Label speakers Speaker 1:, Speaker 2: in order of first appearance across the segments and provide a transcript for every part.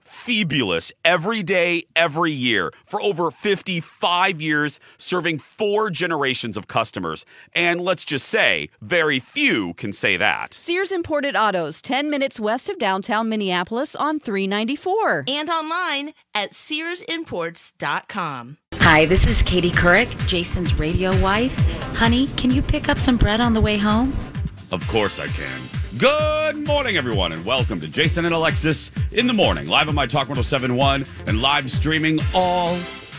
Speaker 1: Fabulous. Every day, every year. For over 55 years, serving four generations of customers. And let's just say, very few can say that.
Speaker 2: Sears Imported Autos, 10 minutes west of downtown Minneapolis on 394.
Speaker 3: And online at SearsImports.com.
Speaker 4: Hi, this is Katie Couric, Jason's radio wife. Honey, can you pick up some bread on the way home?
Speaker 1: Of course I can. Good morning, everyone, and welcome to Jason and Alexis in the morning, live on My Talk 1071 and live streaming all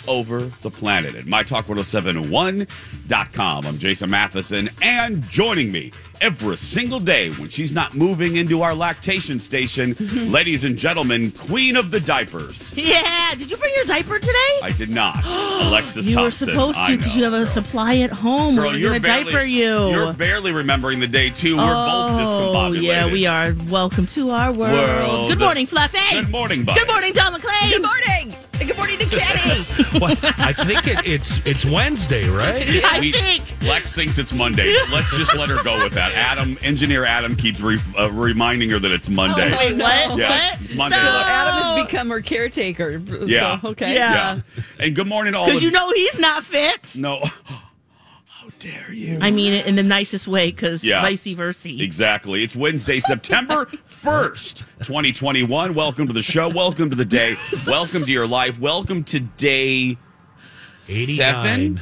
Speaker 1: over the planet at MyTalk1071.com. I'm Jason Matheson, and joining me every single day when she's not moving into our lactation station, ladies and gentlemen, queen of the diapers.
Speaker 3: Yeah, did you bring your diaper today?
Speaker 1: I did not, Alexis
Speaker 5: You were
Speaker 1: Thompson.
Speaker 5: supposed
Speaker 1: I
Speaker 5: to because
Speaker 1: know.
Speaker 5: you have a supply at home.
Speaker 1: Girl,
Speaker 5: we're
Speaker 1: you're
Speaker 5: gonna
Speaker 1: barely-
Speaker 5: diaper you.
Speaker 1: You're barely remembering the day too. We're both
Speaker 5: oh,
Speaker 1: discombobulated.
Speaker 5: yeah, we are. Welcome to our world.
Speaker 1: World.
Speaker 5: Good morning, Fluffy.
Speaker 1: Good morning, buddy.
Speaker 5: Good morning, Don McLean.
Speaker 2: Good morning. Good morning to Kenny.
Speaker 6: Well, I think it, it's it's Wednesday, right?
Speaker 5: I
Speaker 1: We-
Speaker 5: think.
Speaker 1: Lex thinks it's Monday. Let's just let her go with that. Adam, engineer Adam, keeps re- uh, reminding her that it's Monday.
Speaker 5: Oh, Wait, what?
Speaker 1: yeah,
Speaker 5: What?
Speaker 1: it's Monday.
Speaker 2: So
Speaker 1: Lex.
Speaker 2: Adam has become her caretaker. So,
Speaker 1: Yeah.
Speaker 2: okay.
Speaker 5: Yeah.
Speaker 1: Yeah. And good morning to all.
Speaker 5: uh, Because
Speaker 1: of
Speaker 5: you know he's not fit.
Speaker 1: No. How dare you?
Speaker 5: I mean it in the nicest way because
Speaker 1: Yeah.
Speaker 5: vice versa.
Speaker 1: Exactly. It's Wednesday, September 1st, 2021. Welcome to the show. Welcome to the day. Welcome to your life. Welcome to day
Speaker 6: 89.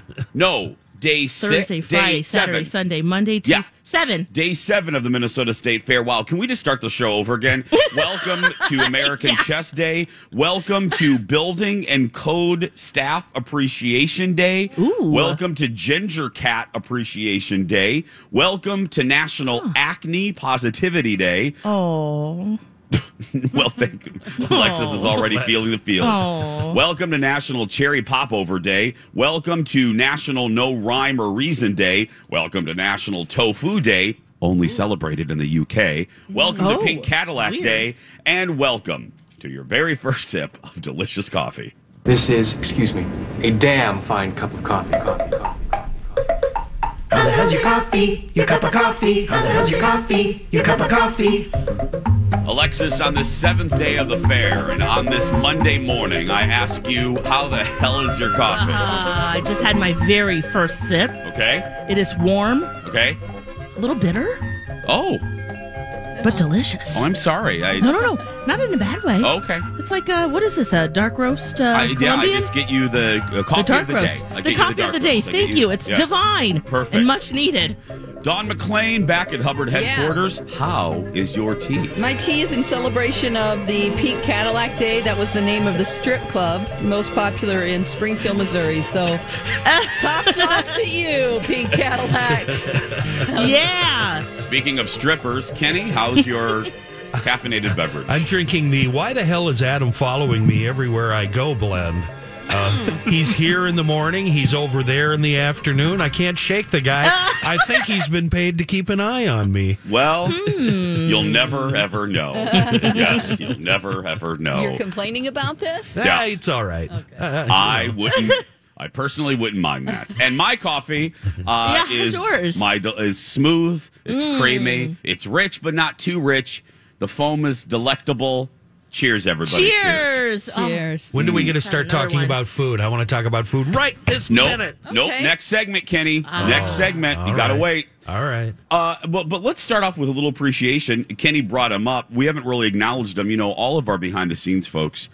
Speaker 1: seven. No, day six.
Speaker 5: Thursday, Friday,
Speaker 1: day
Speaker 5: Saturday,
Speaker 1: seven.
Speaker 5: Sunday, Monday, Tuesday.
Speaker 1: Yeah.
Speaker 5: Seven.
Speaker 1: Day seven of the Minnesota State Fair. Wow, can we just start the show over again? Welcome to American Chess Day. Welcome to Building and Code Staff Appreciation Day.
Speaker 5: Ooh.
Speaker 1: Welcome to Ginger Cat Appreciation Day. Welcome to National Acne Positivity Day.
Speaker 5: Oh.
Speaker 1: Well, thank you. Alexis is already feeling the feels.
Speaker 5: Aw.
Speaker 1: Welcome to National Cherry Popover Day. Welcome to National No Rhyme or Reason Day. Welcome to National Tofu Day, only celebrated in the UK. Welcome
Speaker 5: Oh,
Speaker 1: to Pink Cadillac
Speaker 5: weird.
Speaker 1: Day. And welcome to your very first sip of delicious coffee.
Speaker 7: This is, excuse me, a damn fine cup of coffee. coffee, coffee.
Speaker 8: How the hell's your coffee? Your cup of coffee? How the hell's your coffee? Your cup of coffee?
Speaker 1: Alexis, on the seventh day of the fair and on this Monday morning, I ask you, how the hell is your coffee?
Speaker 5: Uh, I just had my very first sip.
Speaker 1: Okay?
Speaker 5: It is warm,
Speaker 1: Okay?
Speaker 5: a little bitter,
Speaker 1: Oh,
Speaker 5: but delicious.
Speaker 1: oh I'm sorry.
Speaker 5: no,
Speaker 1: I,
Speaker 5: no, no. Not in a bad way.
Speaker 1: okay.
Speaker 5: It's like uh, what is this? A dark roast? Uh,
Speaker 1: I, yeah, I
Speaker 5: Colombian?
Speaker 1: just get you the uh, coffee
Speaker 5: the dark
Speaker 1: of the
Speaker 5: roast.
Speaker 1: day. I
Speaker 5: The,
Speaker 1: get you
Speaker 5: coffee
Speaker 1: dark
Speaker 5: of the day.
Speaker 1: roast. I get
Speaker 5: Thank you. It's
Speaker 1: yes.
Speaker 5: divine.
Speaker 1: Perfect.
Speaker 5: And much needed.
Speaker 1: Don McLean back at Hubbard headquarters. How is your tea?
Speaker 2: My tea is in celebration of the Pink Cadillac Day. That was the name of the strip club, most popular in Springfield, Missouri. So, tops off to you, Pink Cadillac.
Speaker 5: yeah.
Speaker 1: Speaking of strippers, Kenny, how's your caffeinated beverage?
Speaker 6: I'm drinking the Why the Hell is Adam Following Me Everywhere I Go blend. Uh, he's here in the morning. He's over there in the afternoon. I can't shake the guy. I think he's been paid to keep an eye on me.
Speaker 1: Well,
Speaker 5: Hmm.
Speaker 1: you'll never ever know. yes, you'll never ever know.
Speaker 2: You're complaining about this?
Speaker 1: Yeah.
Speaker 6: Ah, it's all right. Uh,
Speaker 1: I wouldn't. I personally wouldn't mind that. And my coffee uh,
Speaker 5: Yeah,
Speaker 1: is
Speaker 5: yours. Mm.
Speaker 1: my del- is smooth. It's creamy. It's rich, but not too rich. The foam is delectable. Cheers, everybody!
Speaker 5: Cheers. Oh,
Speaker 2: Cheers.
Speaker 6: when do we get to start
Speaker 3: Another
Speaker 6: talking
Speaker 3: one.
Speaker 6: about food? I want to talk about food right this
Speaker 1: Nope.
Speaker 6: minute.
Speaker 1: Nope.
Speaker 2: Okay.
Speaker 1: Next segment, Kenny. Next
Speaker 5: Oh.
Speaker 1: segment.
Speaker 6: All
Speaker 1: you gotta
Speaker 6: right.
Speaker 1: wait.
Speaker 6: All right.
Speaker 1: Uh, but but let's start off with a little appreciation. Kenny brought him up. We haven't really acknowledged him. You know, all of our behind the scenes folks.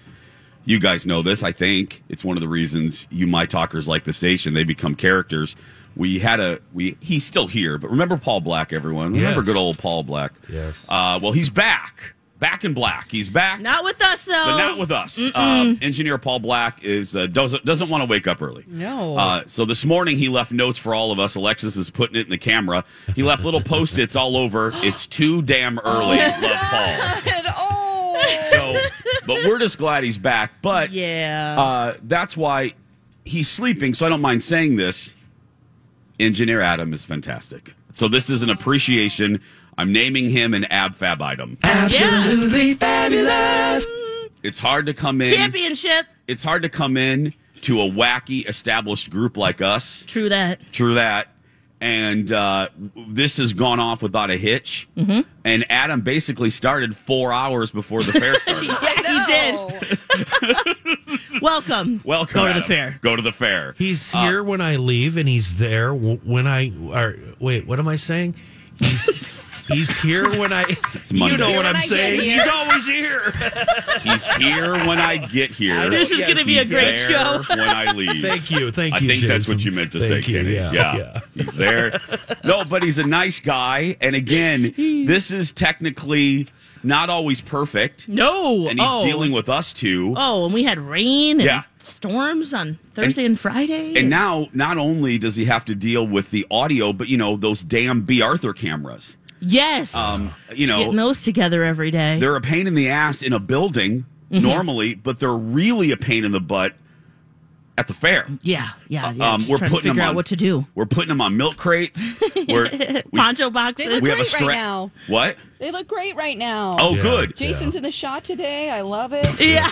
Speaker 1: You guys know this. I think it's one of the reasons you my talkers like the station. They become characters. We had a we. He's still here, but remember Paul Black, everyone. Remember
Speaker 6: Yes.
Speaker 1: good old Paul Black.
Speaker 6: Yes.
Speaker 1: Uh, well, he's back, back in black. He's back
Speaker 5: Not with us though.
Speaker 1: but not with us. Uh, Engineer Paul Black is uh, doesn't doesn't want to wake up early.
Speaker 2: No.
Speaker 1: Uh, so this morning he left notes for all of us. Alexis is putting it in the camera. He left little post its all over. It's too damn early. Love Paul.
Speaker 2: And oh,
Speaker 1: So, but we're just glad he's back. But
Speaker 5: yeah.
Speaker 1: uh, that's why he's sleeping. So I don't mind saying this. Engineer Adam is fantastic. So this is an appreciation. I'm naming him an ab fab item.
Speaker 8: Absolutely fabulous.
Speaker 1: It's hard to come in.
Speaker 5: Championship.
Speaker 1: it's hard to come in to a wacky established group like us.
Speaker 5: True that.
Speaker 1: True that. And uh, this has gone off without a hitch. Mm-hmm. And Adam basically started four hours before the fair started.
Speaker 2: I know.
Speaker 5: Welcome.
Speaker 1: Welcome.
Speaker 5: Go to
Speaker 1: Adam.
Speaker 5: the fair.
Speaker 1: Go to the fair.
Speaker 6: He's here when I leave, and he's there w- when I. Or, wait, what am I saying? He's, he's here when I.
Speaker 1: Monday.
Speaker 6: You know
Speaker 1: Here
Speaker 6: what
Speaker 2: when
Speaker 6: I'm
Speaker 2: I get
Speaker 6: saying.
Speaker 2: here.
Speaker 6: He's always here.
Speaker 1: He's here when I get here.
Speaker 5: This is gonna be a
Speaker 1: He's
Speaker 5: great
Speaker 1: there
Speaker 5: show.
Speaker 1: When I leave.
Speaker 6: Thank you. Thank
Speaker 1: I
Speaker 6: you.
Speaker 1: think that's
Speaker 6: Jason.
Speaker 1: what you meant to
Speaker 6: Thank
Speaker 1: say,
Speaker 6: you,
Speaker 1: Kenny.
Speaker 6: Yeah.
Speaker 1: Yeah,
Speaker 6: yeah.
Speaker 1: he's there. no, but he's a nice guy. And again, this is technically not always perfect.
Speaker 5: No.
Speaker 1: and he's
Speaker 5: oh.
Speaker 1: dealing with us too.
Speaker 5: Oh, and we had rain and
Speaker 1: Yeah.
Speaker 5: storms on Thursday and, Friday.
Speaker 1: And now, not only does he have to deal with the audio, but you know those damn B. Arthur cameras.
Speaker 5: yes,
Speaker 1: Um, you
Speaker 5: getting
Speaker 1: know
Speaker 5: those together every day.
Speaker 1: they're a pain in the ass in a building
Speaker 6: Mm-hmm.
Speaker 1: normally, but they're really a pain in the butt at the fair.
Speaker 5: yeah, yeah. yeah.
Speaker 1: Um,
Speaker 5: Just
Speaker 1: we're
Speaker 5: trying to
Speaker 1: putting
Speaker 5: figure
Speaker 1: them
Speaker 5: out
Speaker 1: on
Speaker 5: what to do.
Speaker 1: We're putting them on milk crates. We're, we,
Speaker 5: Poncho
Speaker 2: They
Speaker 5: boxes.
Speaker 2: look
Speaker 1: we have a
Speaker 2: great right
Speaker 1: strap.
Speaker 2: now.
Speaker 1: What?
Speaker 2: They look great right now.
Speaker 1: Oh,
Speaker 6: Yeah.
Speaker 1: good.
Speaker 2: Jason's in the shot today. I love it.
Speaker 5: yeah,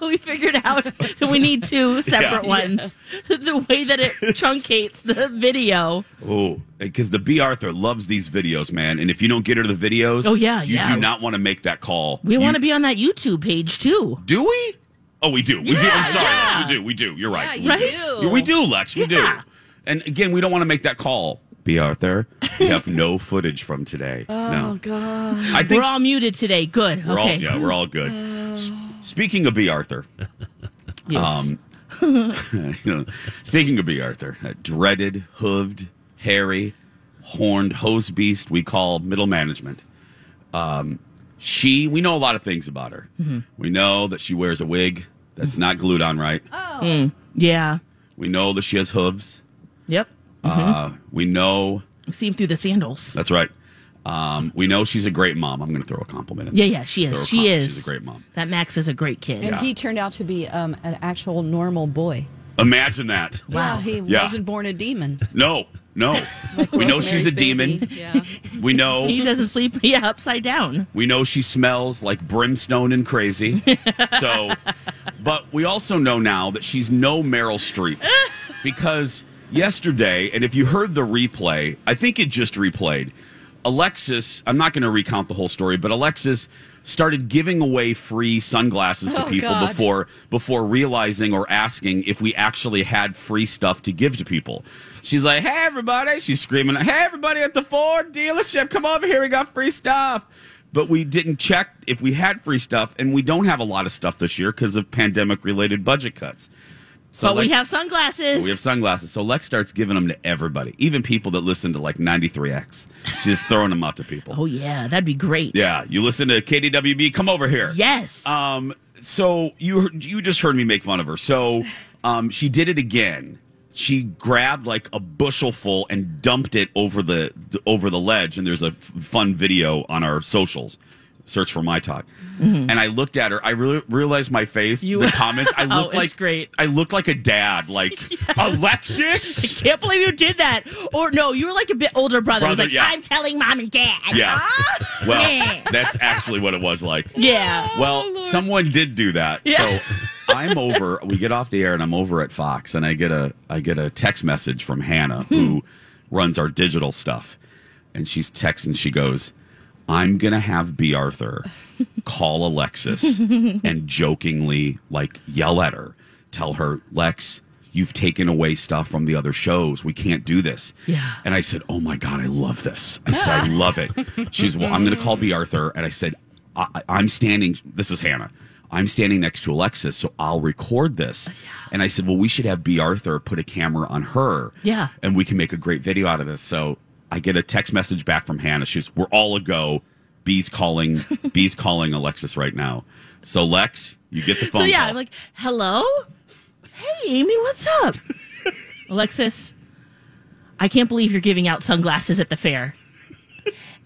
Speaker 5: we figured out that we need two separate
Speaker 1: Yeah.
Speaker 5: ones. The way that it truncates the video.
Speaker 1: Oh, because the B. Arthur loves these videos, man. And if you don't get her the videos,
Speaker 5: Oh, yeah,
Speaker 1: you
Speaker 5: yeah.
Speaker 1: do not want to make that call.
Speaker 5: We
Speaker 1: You-
Speaker 5: want to be on that YouTube page too.
Speaker 1: Do we? Oh, we do. We do. I'm sorry,
Speaker 5: yeah.
Speaker 1: Lex. We do. We do. You're right.
Speaker 2: Yeah,
Speaker 1: we
Speaker 2: you
Speaker 1: do.
Speaker 2: do.
Speaker 1: We do, Lex. We
Speaker 5: Yeah.
Speaker 1: do. And again, we don't want to make that call. B. Arthur, we have no footage from today. Oh, no. God. I think
Speaker 5: We're all muted today. Good.
Speaker 1: we're all-
Speaker 5: okay.
Speaker 1: yeah, we're all good.
Speaker 2: Oh.
Speaker 1: S- speaking of B. Arthur,
Speaker 5: Yes.
Speaker 1: um, you know, speaking of B. Arthur, that dreaded, hooved, hairy, horned hose beast we call middle management. Um, she, we know a lot of things about her.
Speaker 2: Mm-hmm.
Speaker 1: We know that she wears a wig that's not glued on right.
Speaker 5: yeah.
Speaker 1: We know that she has hooves.
Speaker 5: Yep.
Speaker 1: Uh, we know
Speaker 5: We see him through the sandals.
Speaker 1: that's right. Um, we know she's a great mom. I'm going to throw a compliment in.
Speaker 5: Yeah,
Speaker 1: there.
Speaker 5: yeah, she
Speaker 1: Throw a
Speaker 5: is.
Speaker 1: comp-
Speaker 5: She is.
Speaker 1: She's a great mom.
Speaker 5: That Max is a great kid.
Speaker 2: And he turned out to be um, an actual normal boy.
Speaker 1: Imagine that.
Speaker 2: Wow, he
Speaker 1: Yeah.
Speaker 2: wasn't born a demon.
Speaker 1: No, no. we know she's a
Speaker 2: Rosemary's Baby.
Speaker 1: demon.
Speaker 2: Yeah.
Speaker 1: We
Speaker 5: He
Speaker 1: know.
Speaker 5: doesn't sleep. Yeah, upside down.
Speaker 1: We know she smells like brimstone and crazy. So, but we also know now that she's no Meryl Streep because yesterday, and if you heard the replay, I think it just replayed. Alexis, I'm not going to recount the whole story, but Alexis started giving away free sunglasses to
Speaker 2: Oh,
Speaker 1: people
Speaker 2: God.
Speaker 1: before before realizing or asking if we actually had free stuff to give to people. She's like, "Hey everybody!" She's screaming, "Hey everybody at the Ford dealership, come over here! We got free stuff." But we didn't check if we had free stuff, and we don't have a lot of stuff this year because of pandemic related budget cuts. So
Speaker 5: but we
Speaker 1: like-
Speaker 5: have sunglasses.
Speaker 1: we have sunglasses. So Lex starts giving them to everybody, even people that listen to like 93X. She's just throwing them out to people.
Speaker 5: oh yeah, that'd be great.
Speaker 1: Yeah, you listen to KDWB, come over here.
Speaker 5: Yes.
Speaker 1: Um, so you heard- you just heard me make fun of her. So um, she did it again. She grabbed like a bushel full and dumped it over the over the ledge. And there's a f- fun video on our socials. search for my talk. And I looked at her. I re- realized my face,
Speaker 5: Mm-hmm. You-
Speaker 1: the comments. I
Speaker 5: Oh,
Speaker 1: looked
Speaker 5: it's
Speaker 1: like
Speaker 5: great.
Speaker 1: I looked like a dad, like Alexis.
Speaker 5: Can't believe you did that. Or no, you were like a bit older brother. who was
Speaker 1: Brother,
Speaker 5: like,
Speaker 1: yeah.
Speaker 5: I'm telling mom and dad.
Speaker 1: Yeah. Well,
Speaker 5: Ah! Yeah.
Speaker 1: that's actually what it was like.
Speaker 5: Yeah.
Speaker 1: Well, someone did do that. So I'm over. We get off the air, and I'm over at Fox, and I get a I get a text message from Hannah, who runs our digital stuff, and she's texting. She goes, "I'm gonna have B. Arthur call Alexis and jokingly like yell at her, tell her Lex." You've taken away stuff from the other shows. We can't do this.
Speaker 5: Yeah.
Speaker 1: And I said, "Oh my god, I love this." I said, "I love it." She's, "Well, I'm going to call B. Arthur," and I said, I, I- "I'm standing. This is Hannah. I'm standing next to Alexis, so I'll record this." And I said, "Well, we should have B. Arthur put a camera on her,
Speaker 5: Yeah.
Speaker 1: and we can make a great video out of this." So I get a text message back from Hannah. She's, "We're all a go. B's calling. B's calling Alexis right now." So Lex, you get the phone.
Speaker 5: So yeah,
Speaker 1: call.
Speaker 5: I'm like, hello? Hey, Amy, what's up? Alexis, I can't believe you're giving out sunglasses at the fair.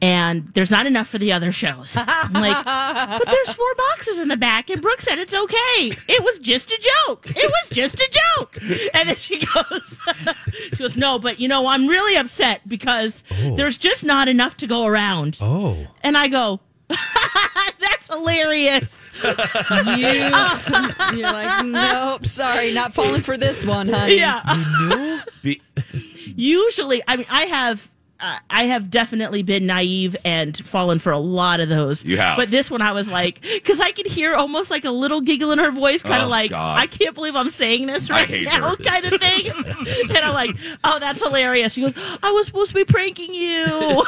Speaker 5: And there's not enough for the other shows. I'm like, but there's four boxes in the back, and Brooke said it's okay. It was just a joke. It was just a joke. And then she goes, she goes, no, but you know, I'm really upset because there's just not enough to go around.
Speaker 6: Oh.
Speaker 5: And I go, that's hilarious.
Speaker 2: You, you're like, nope, sorry, not falling for this one, honey.
Speaker 5: Yeah.
Speaker 1: Be-
Speaker 5: Usually, I mean, I have. Uh, I have definitely been naive and fallen for a lot of those.
Speaker 1: You have.
Speaker 5: but this one I was like, because I could hear almost like a little giggle in her voice, kind of
Speaker 1: Oh,
Speaker 5: like,
Speaker 1: God.
Speaker 5: I can't believe I'm saying this right
Speaker 1: hate
Speaker 5: now,
Speaker 1: her.
Speaker 5: kind of thing. and I'm like, oh, that's hilarious. She goes, I was supposed to be pranking you.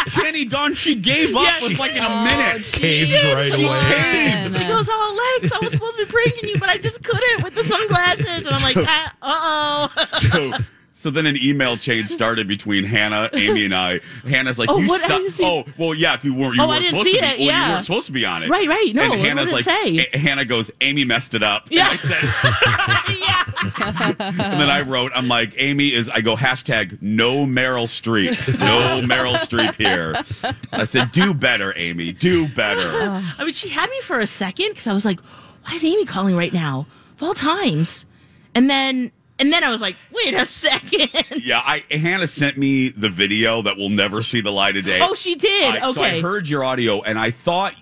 Speaker 1: Kenny Don, she gave up
Speaker 5: Yeah,
Speaker 1: with
Speaker 5: she-
Speaker 1: like in
Speaker 2: Oh,
Speaker 1: a minute.
Speaker 6: Caved right
Speaker 1: she
Speaker 6: away.
Speaker 1: caved.
Speaker 2: And,
Speaker 5: She
Speaker 2: uh,
Speaker 5: goes, oh, Lex, I was supposed to be pranking you, but I just couldn't with the sunglasses. And I'm like, ah, uh oh.
Speaker 1: so so then an email chain started between Hannah, Amy, and I. Hannah's like,
Speaker 5: Oh,
Speaker 1: "You
Speaker 5: what? I
Speaker 1: suck."
Speaker 5: didn't see-
Speaker 1: Oh, well, yeah, you weren't. You
Speaker 5: Oh, I
Speaker 1: weren't
Speaker 5: didn't
Speaker 1: supposed to
Speaker 5: see
Speaker 1: be.
Speaker 5: it,
Speaker 1: well, you
Speaker 5: yeah.
Speaker 1: weren't supposed to be on it.
Speaker 5: Right, right. No,
Speaker 1: and
Speaker 5: what
Speaker 1: Hannah's
Speaker 5: did it
Speaker 1: like,
Speaker 5: say?
Speaker 1: A- Hannah goes, "Amy messed it up."
Speaker 5: Yeah.
Speaker 1: And I said,
Speaker 5: yeah.
Speaker 1: and then I wrote, "I'm like, Amy is." I go hashtag No Meryl Streep. No Meryl Streep here. I said, "Do better, Amy. Do better."
Speaker 5: I mean, she had me for a second because I was like, "Why is Amy calling right now?" Of all times, and then and then I was like, "Wait a second!
Speaker 1: Yeah, I Hannah sent me the video that will never see the light of day.
Speaker 5: oh, she did.
Speaker 1: I-
Speaker 5: okay,
Speaker 1: So I heard your audio, and I thought,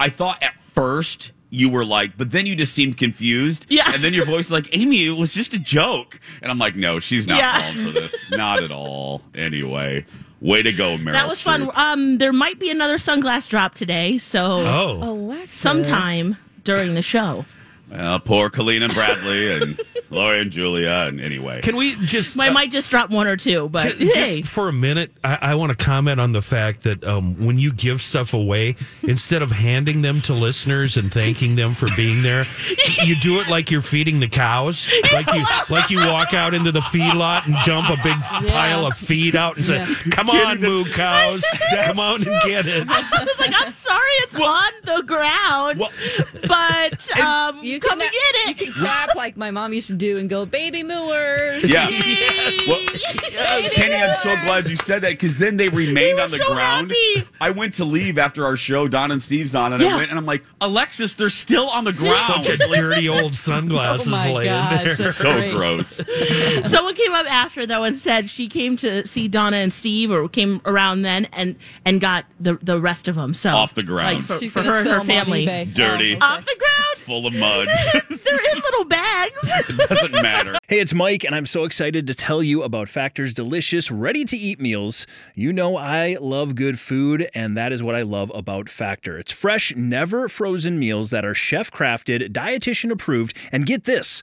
Speaker 1: I thought at first you were like, but then you just seemed confused.
Speaker 5: Yeah.
Speaker 1: And then your voice was like, Amy, it was just a joke. And I'm like, no, she's not
Speaker 5: Yeah.
Speaker 1: falling for this, not at all. Anyway, way to go, Meryl.
Speaker 5: that was fun.
Speaker 1: Streep.
Speaker 5: Um, there might be another sunglass drop today, so
Speaker 6: Oh.
Speaker 2: Alexis.
Speaker 5: sometime during the show.
Speaker 1: Uh, poor Colleen and Bradley and Laura and Julia. And anyway,
Speaker 6: Can we just uh,
Speaker 5: I might just drop one or two, but hey,
Speaker 6: Just for a minute, I, I want to comment on the fact that um, when you give stuff away, instead of handing them to listeners and thanking them for being there, you do it like you're feeding the cows. Like you, like you walk out into the feedlot and dump a big pile of feed out and say, "Come on, moo cows, come out and get it."
Speaker 5: I was like, "I'm sorry, it's on the ground,
Speaker 1: Well-
Speaker 5: but um,
Speaker 2: You can,
Speaker 5: come and get it."
Speaker 2: You can clap like my mom used to do and go, baby mooers.
Speaker 1: yeah.
Speaker 5: Yay.
Speaker 1: Well, Kenny, I'm so glad you said that because then they remained
Speaker 5: were
Speaker 1: on the
Speaker 5: so
Speaker 1: ground.
Speaker 5: happy.
Speaker 1: I went to leave after our show. Don and Steve's on, and I
Speaker 5: Yeah.
Speaker 1: went and I'm like, Alexis, they're still on the ground.
Speaker 6: Bunch of dirty old sunglasses
Speaker 2: Oh my
Speaker 6: laying
Speaker 2: gosh,
Speaker 6: there.
Speaker 2: that's
Speaker 1: so
Speaker 2: great.
Speaker 1: gross.
Speaker 5: Someone came up after though and said she came to see Donna and Steve, or came around then and and got the the rest of them. So
Speaker 1: Off the ground.
Speaker 5: like, for,
Speaker 2: She's
Speaker 5: for
Speaker 2: gonna
Speaker 5: her and
Speaker 2: sell
Speaker 5: her
Speaker 2: them on
Speaker 5: family,
Speaker 2: eBay.
Speaker 1: Dirty.
Speaker 2: Oh,
Speaker 5: off the ground.
Speaker 1: Full of mud.
Speaker 5: They're in little bags.
Speaker 1: Doesn't matter.
Speaker 9: Hey, it's Mike, and I'm so excited to tell you about Factor's delicious, ready to eat meals. You know, I love good food, and that is what I love about Factor. It's fresh, never frozen meals that are chef crafted, dietitian approved, and get this.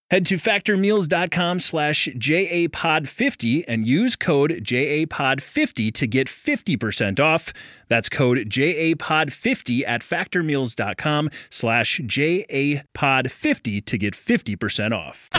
Speaker 9: Head to factormeals.com slash JAPOD50 and use code JAPOD50 to get 50% off. That's code JAPOD50 at factormeals.com slash JAPOD50 to get 50% off.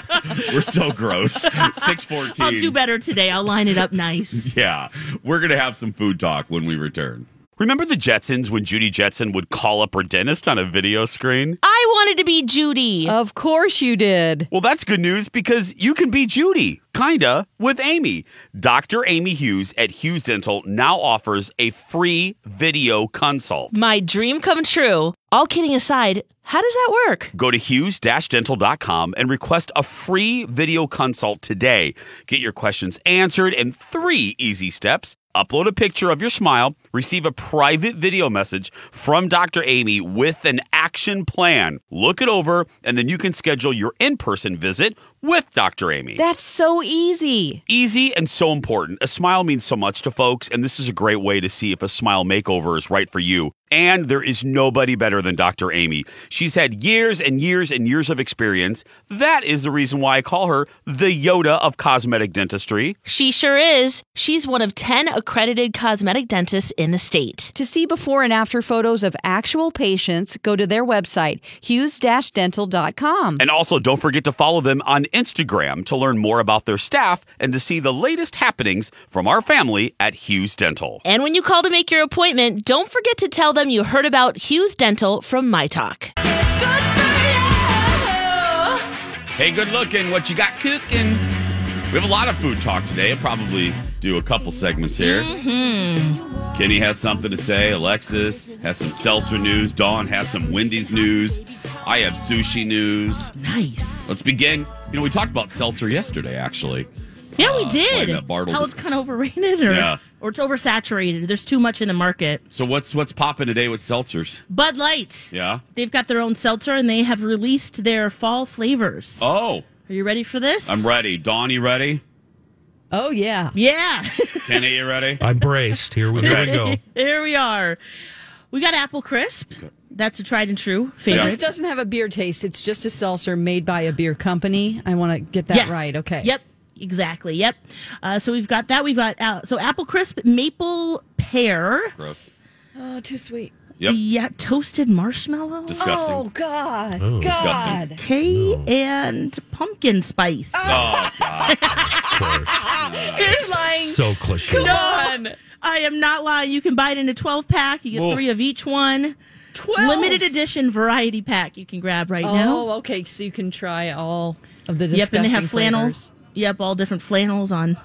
Speaker 1: We're so gross. 614.
Speaker 5: I'll do better today. I'll line it up nice.
Speaker 1: Yeah, we're going to have some food talk when we return. Remember the Jetsons when Judy Jetson would call up her dentist on a video screen?
Speaker 3: I wanted to be Judy.
Speaker 2: Of course you did.
Speaker 1: Well, that's good news because you can be Judy, kinda, with Amy. Dr. Amy Hughes at Hughes Dental now offers a free video consult.
Speaker 3: My dream come true. All kidding aside, how does that work?
Speaker 1: Go to hughes-dental.com and request a free video consult today. Get your questions answered in three easy steps. Upload a picture of your smile, receive a private video message from Dr. Amy with an action plan. Look it over, and then you can schedule your in-person visit with Dr. Amy.
Speaker 4: That's so easy.
Speaker 1: Easy and so important. A smile means so much to folks, and this is a great way to see if a smile makeover is right for you. And there is nobody better than Dr. Amy. She's had years and years and years of experience. That is the reason why I call her the Yoda of cosmetic dentistry.
Speaker 3: She sure is. She's one of 10 accredited cosmetic dentists in the state.
Speaker 10: To see before and after photos of actual patients, go to their website, hughes-dental.com.
Speaker 1: And also, don't forget to follow them on Instagram to learn more about their staff and to see the latest happenings from our family at Hughes Dental.
Speaker 3: And when you call to make your appointment, don't forget to tell them you heard about Hughes Dental from My Talk.
Speaker 1: Hey, good looking. What you got cooking? We have a lot of food talk today. I'll probably do a couple segments here. Kenny has something to say. Alexis has some Seltzer news. Dawn has some Wendy's news. I have sushi news.
Speaker 5: Nice.
Speaker 1: Let's begin. You know, we talked about Seltzer yesterday, actually.
Speaker 5: Yeah, we
Speaker 1: playing
Speaker 5: did.
Speaker 1: that Bartles-
Speaker 5: How it's kind of overrated or,
Speaker 1: Yeah.
Speaker 5: or it's oversaturated. There's too much in the market.
Speaker 1: So what's what's popping today with seltzers?
Speaker 5: Bud Light.
Speaker 1: Yeah.
Speaker 5: They've got their own seltzer and they have released their fall flavors.
Speaker 1: Oh,
Speaker 5: Are you ready for this?
Speaker 1: I'm ready. Dawn, you ready?
Speaker 2: Oh, yeah.
Speaker 5: Yeah.
Speaker 1: Kenny, you ready?
Speaker 6: I'm braced. Here we here we go.
Speaker 5: Here we are. We got apple crisp. That's a tried and true
Speaker 2: So
Speaker 5: favorite.
Speaker 2: this doesn't have a beer taste. It's just a seltzer made by a beer company. I want to get that
Speaker 5: Yes.
Speaker 2: right. Okay.
Speaker 5: Yep. Exactly. Yep. Uh, so we've got that. We've got uh, so apple crisp, maple pear,
Speaker 1: Gross.
Speaker 2: Oh, too sweet.
Speaker 1: Yep.
Speaker 5: yeah, toasted marshmallow,
Speaker 1: Disgusting.
Speaker 2: Oh God.
Speaker 6: Oh.
Speaker 2: God.
Speaker 1: Disgusting.
Speaker 5: okay, and pumpkin spice.
Speaker 1: Oh, God.
Speaker 6: Of course.
Speaker 2: He's lying.
Speaker 6: So cliche.
Speaker 2: Done.
Speaker 5: I am not lying. You can buy it in a twelve pack. You get
Speaker 1: Whoa.
Speaker 5: three of each one.
Speaker 2: Twelve.
Speaker 5: Limited edition variety pack. You can grab right now.
Speaker 2: Oh, okay. So you can try all of the disgusting
Speaker 5: Yep, and they
Speaker 2: flavors.
Speaker 5: have flannels. Yep, all different flannels on.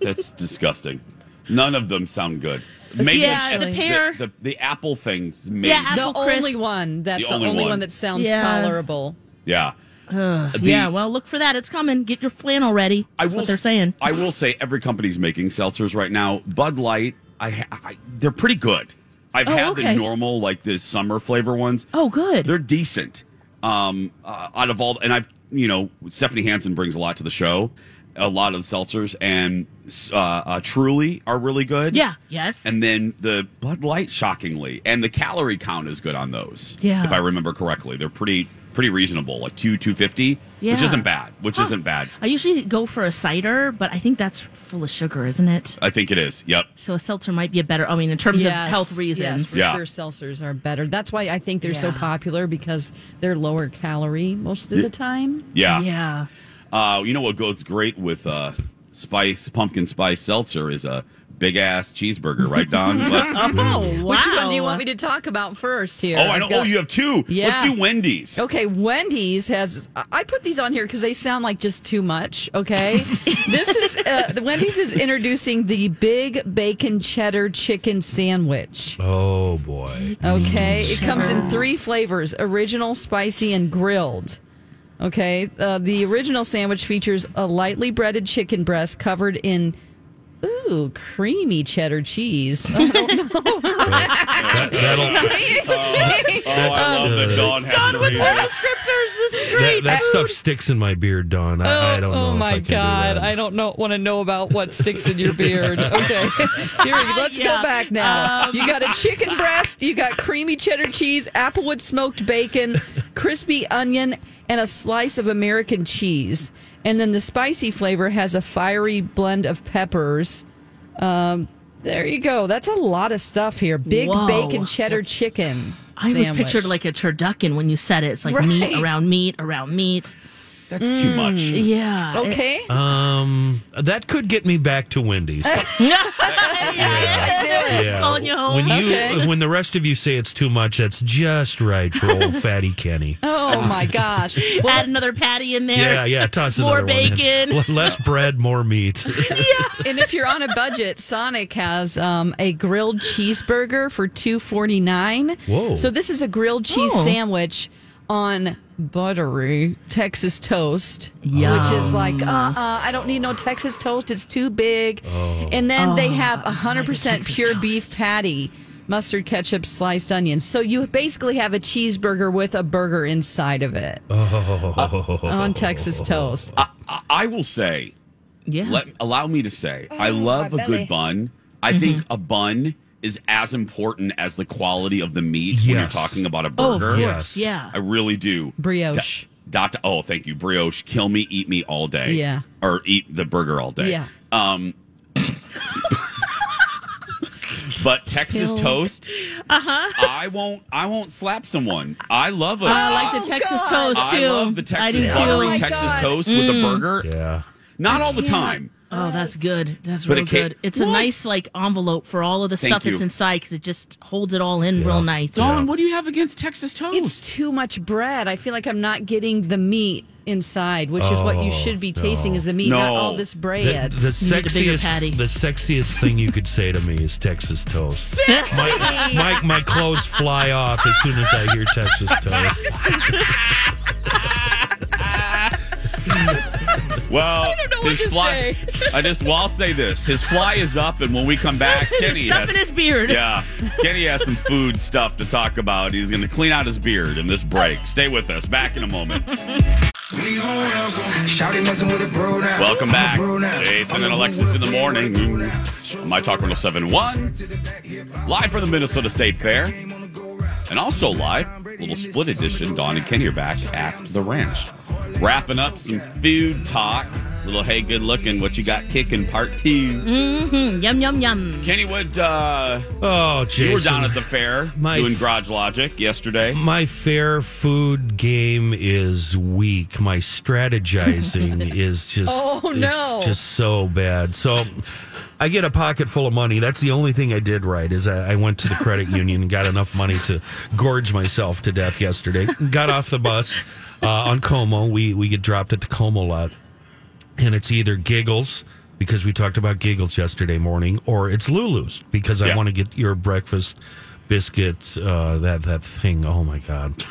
Speaker 1: That's disgusting. None of them sound good.
Speaker 5: Yeah, the pear.
Speaker 1: The, the, the apple thing. Maybe.
Speaker 5: Yeah,
Speaker 2: The
Speaker 5: Apple crisp.
Speaker 2: only one. That's
Speaker 1: The
Speaker 2: the,
Speaker 1: only
Speaker 2: only,
Speaker 1: one.
Speaker 2: one. that sounds
Speaker 5: Yeah.
Speaker 2: tolerable.
Speaker 1: Yeah. The-
Speaker 5: yeah, well, look for that. It's coming. Get your flannel ready. That's what they're
Speaker 1: s-
Speaker 5: saying.
Speaker 1: I will say every company's making seltzers right now. Bud Light, I, ha- I they're pretty good. I've
Speaker 5: Oh,
Speaker 1: had the
Speaker 5: okay.
Speaker 1: normal like the summer flavor ones.
Speaker 5: Oh, good.
Speaker 1: They're decent. Um, uh, out of all, and I've you know Stephanie Hansen brings a lot to the show. A lot of the seltzers and uh, uh, Truly are really good.
Speaker 5: yeah. Yes.
Speaker 1: And then the Bud Light, shockingly, and the calorie count is good on those.
Speaker 5: Yeah.
Speaker 1: If I remember correctly, they're pretty pretty reasonable, like two two fifty, which
Speaker 5: Yeah.
Speaker 1: isn't bad. Which isn't bad.
Speaker 5: I usually go for a cider, but I think that's full of sugar, isn't it?
Speaker 1: I think it is. Yep.
Speaker 5: So a seltzer might be a better. I mean, in terms
Speaker 2: Yes,
Speaker 5: of health
Speaker 2: Yes,
Speaker 5: reasons.
Speaker 2: for
Speaker 1: Yeah.
Speaker 2: sure seltzers are better. That's why I think they're so
Speaker 5: Yeah.
Speaker 2: popular because they're lower calorie most of the time.
Speaker 1: Yeah.
Speaker 5: Yeah.
Speaker 1: Uh, you know what goes great with uh, spice pumpkin spice seltzer is a big ass cheeseburger, right, Don? But-
Speaker 5: Oh wow.
Speaker 2: Which one do you want me to talk about first here?
Speaker 1: oh, I
Speaker 2: I've
Speaker 1: know. Oh,
Speaker 2: got-
Speaker 1: you have two. Let's
Speaker 2: Yeah.
Speaker 1: do Wendy's.
Speaker 2: Okay, Wendy's has. I- I put these on here because they sound like just too much. Okay, this is uh, the Wendy's is introducing the big bacon cheddar chicken sandwich.
Speaker 6: Oh boy.
Speaker 2: Okay, it comes in three flavors: original, spicy, and grilled. Okay, uh, the original sandwich features a lightly breaded chicken breast covered in ooh creamy cheddar cheese. I don't know.
Speaker 6: That, that'll,
Speaker 1: Oh, I love that Don has to read this.
Speaker 5: descriptors. This is
Speaker 6: that,
Speaker 5: great.
Speaker 6: that stuff sticks in my beard, Don. I, I don't know
Speaker 2: oh
Speaker 6: if
Speaker 2: my
Speaker 6: I can
Speaker 2: god,
Speaker 6: do that.
Speaker 2: I don't know want to know about what sticks in your beard. Okay, here let's
Speaker 5: Yeah.
Speaker 2: go
Speaker 5: Um,
Speaker 2: back now. you got a chicken breast, you got creamy cheddar cheese, applewood smoked bacon, crispy onion, and a slice of American cheese. And then the spicy flavor has a fiery blend of peppers. Um, there you go. That's a lot of stuff here. Big
Speaker 5: Whoa.
Speaker 2: bacon cheddar chicken.
Speaker 5: I was
Speaker 2: sandwich.
Speaker 5: pictured like a turducken when you said it. It's like
Speaker 2: Right.
Speaker 5: meat around meat around meat.
Speaker 1: That's too much.
Speaker 5: Mm, Yeah.
Speaker 2: Okay.
Speaker 6: Um, that could get me back to Wendy's.
Speaker 5: It's calling you home.
Speaker 6: When you,
Speaker 2: Okay.
Speaker 6: when the rest of you say it's too much, that's just right for old fatty Kenny.
Speaker 2: Oh my gosh. Well,
Speaker 5: Add another patty in there.
Speaker 6: Yeah, yeah. Toss
Speaker 5: More
Speaker 6: another one in.
Speaker 5: bacon.
Speaker 6: Less bread, more meat.
Speaker 2: and if you're on a budget, Sonic has um, a grilled cheeseburger for two forty nine.
Speaker 6: Whoa.
Speaker 2: So this is a grilled cheese
Speaker 5: Oh.
Speaker 2: sandwich on buttery Texas toast, which is like, uh,
Speaker 5: Um.
Speaker 2: uh, I don't need no Texas toast. It's too big. And then they have hundred percent
Speaker 5: Oh. Texas
Speaker 2: pure
Speaker 5: toast.
Speaker 2: beef patty. Mustard, ketchup, sliced onions. So you basically have a cheeseburger with a burger inside of it
Speaker 5: Oh.
Speaker 2: on Texas toast.
Speaker 1: I, I- I will say,
Speaker 5: Yeah.
Speaker 1: let allow me to say,
Speaker 5: Oh,
Speaker 1: I love a
Speaker 2: my belly.
Speaker 1: good bun. I think
Speaker 6: Mm-hmm.
Speaker 1: a bun is as important as the quality of the meat when you're
Speaker 6: Yes.
Speaker 1: talking about a
Speaker 5: oh, of
Speaker 1: burger.
Speaker 5: course.
Speaker 6: Yes.
Speaker 5: Yeah.
Speaker 1: I really do.
Speaker 2: Brioche.
Speaker 1: Dot. Oh, thank you, brioche. Kill me, eat me all day.
Speaker 2: Yeah.
Speaker 1: Or eat the burger all day.
Speaker 2: Yeah.
Speaker 1: Um. but Texas
Speaker 2: Kill.
Speaker 1: toast. Uh huh. I won't. I won't slap someone. I love a.
Speaker 5: Uh-huh. I like the Texas toast
Speaker 1: I
Speaker 5: too.
Speaker 1: love the
Speaker 5: I do
Speaker 1: Texas
Speaker 5: too. Oh
Speaker 1: buttery
Speaker 2: my
Speaker 1: Texas
Speaker 2: God.
Speaker 1: toast with
Speaker 5: Mm.
Speaker 1: a burger.
Speaker 6: yeah.
Speaker 1: Not all the time.
Speaker 5: Oh, that's good. That's
Speaker 1: But
Speaker 5: real
Speaker 1: it can't-
Speaker 5: good. It's a nice like envelope for all of the
Speaker 1: Thank
Speaker 5: stuff
Speaker 1: you.
Speaker 5: that's inside because it just holds it all in real nice.
Speaker 1: Dawn, what do you have against Texas toast?
Speaker 2: It's too much bread. I feel like I'm not getting the meat inside, which is what you should be tasting is the meat, not
Speaker 1: No.
Speaker 2: all this
Speaker 6: The,
Speaker 2: bread.
Speaker 6: the
Speaker 5: need a bigger patty.
Speaker 6: sexiest, the sexiest thing you could say to me is Texas toast. My, my, my clothes fly off as soon as I hear Texas toast.
Speaker 1: well, I
Speaker 2: don't know what to
Speaker 1: fly, I just well, I'll say this: his fly is up, and when we come back, Kenny
Speaker 5: stuff
Speaker 1: has
Speaker 5: in his beard.
Speaker 1: Yeah, Kenny has some food stuff to talk about. He's going to clean out his beard in this break. Stay with us. Back in a moment.
Speaker 8: Shouty messing with a bro now.
Speaker 1: Welcome
Speaker 8: I'm a
Speaker 1: back,
Speaker 8: bro now.
Speaker 1: Jason
Speaker 8: I'm
Speaker 1: and
Speaker 8: a
Speaker 1: Alexis in the
Speaker 8: bro
Speaker 1: morning.
Speaker 8: now.
Speaker 1: on My Talk 1071, live from the Minnesota State Fair, and also live, little split edition. Don and Kenny are back at the ranch. Wrapping up some food talk. Little hey, good looking, what you got kicking part two.
Speaker 6: Mm-hmm.
Speaker 5: Mm, yum yum yum.
Speaker 1: Kenny, what uh,
Speaker 6: Oh, Jason.
Speaker 1: you were down at the fair
Speaker 6: My
Speaker 1: doing
Speaker 6: f-
Speaker 1: Garage Logic yesterday.
Speaker 6: My fair food game is weak. My strategizing is just
Speaker 2: Oh,
Speaker 6: it's
Speaker 2: no.
Speaker 6: just so bad. So I get a pocket full of money. That's the only thing I did right is I, I went to the credit union and got enough money to gorge myself to death yesterday. Got off the bus uh, on Como. We we get dropped at the Como lot, and it's either giggles. Because we talked about giggles yesterday morning, or it's Lulu's because I
Speaker 1: Yeah.
Speaker 6: want to get your breakfast biscuit, uh, that that thing. Oh my god!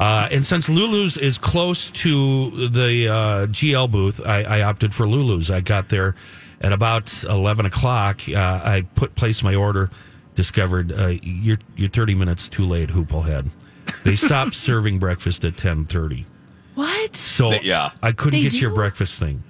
Speaker 6: Uh, and since Lulu's is close to the uh, GL booth, I, I opted for Lulu's. I got there at about eleven o'clock. Uh, I put placed my order. Discovered uh, you're you're thirty minutes too late, Hooplehead. They stopped serving breakfast at ten thirty,
Speaker 5: What?
Speaker 6: so
Speaker 1: They- yeah.
Speaker 6: I couldn't
Speaker 5: They
Speaker 6: get your
Speaker 5: do?
Speaker 6: breakfast thing.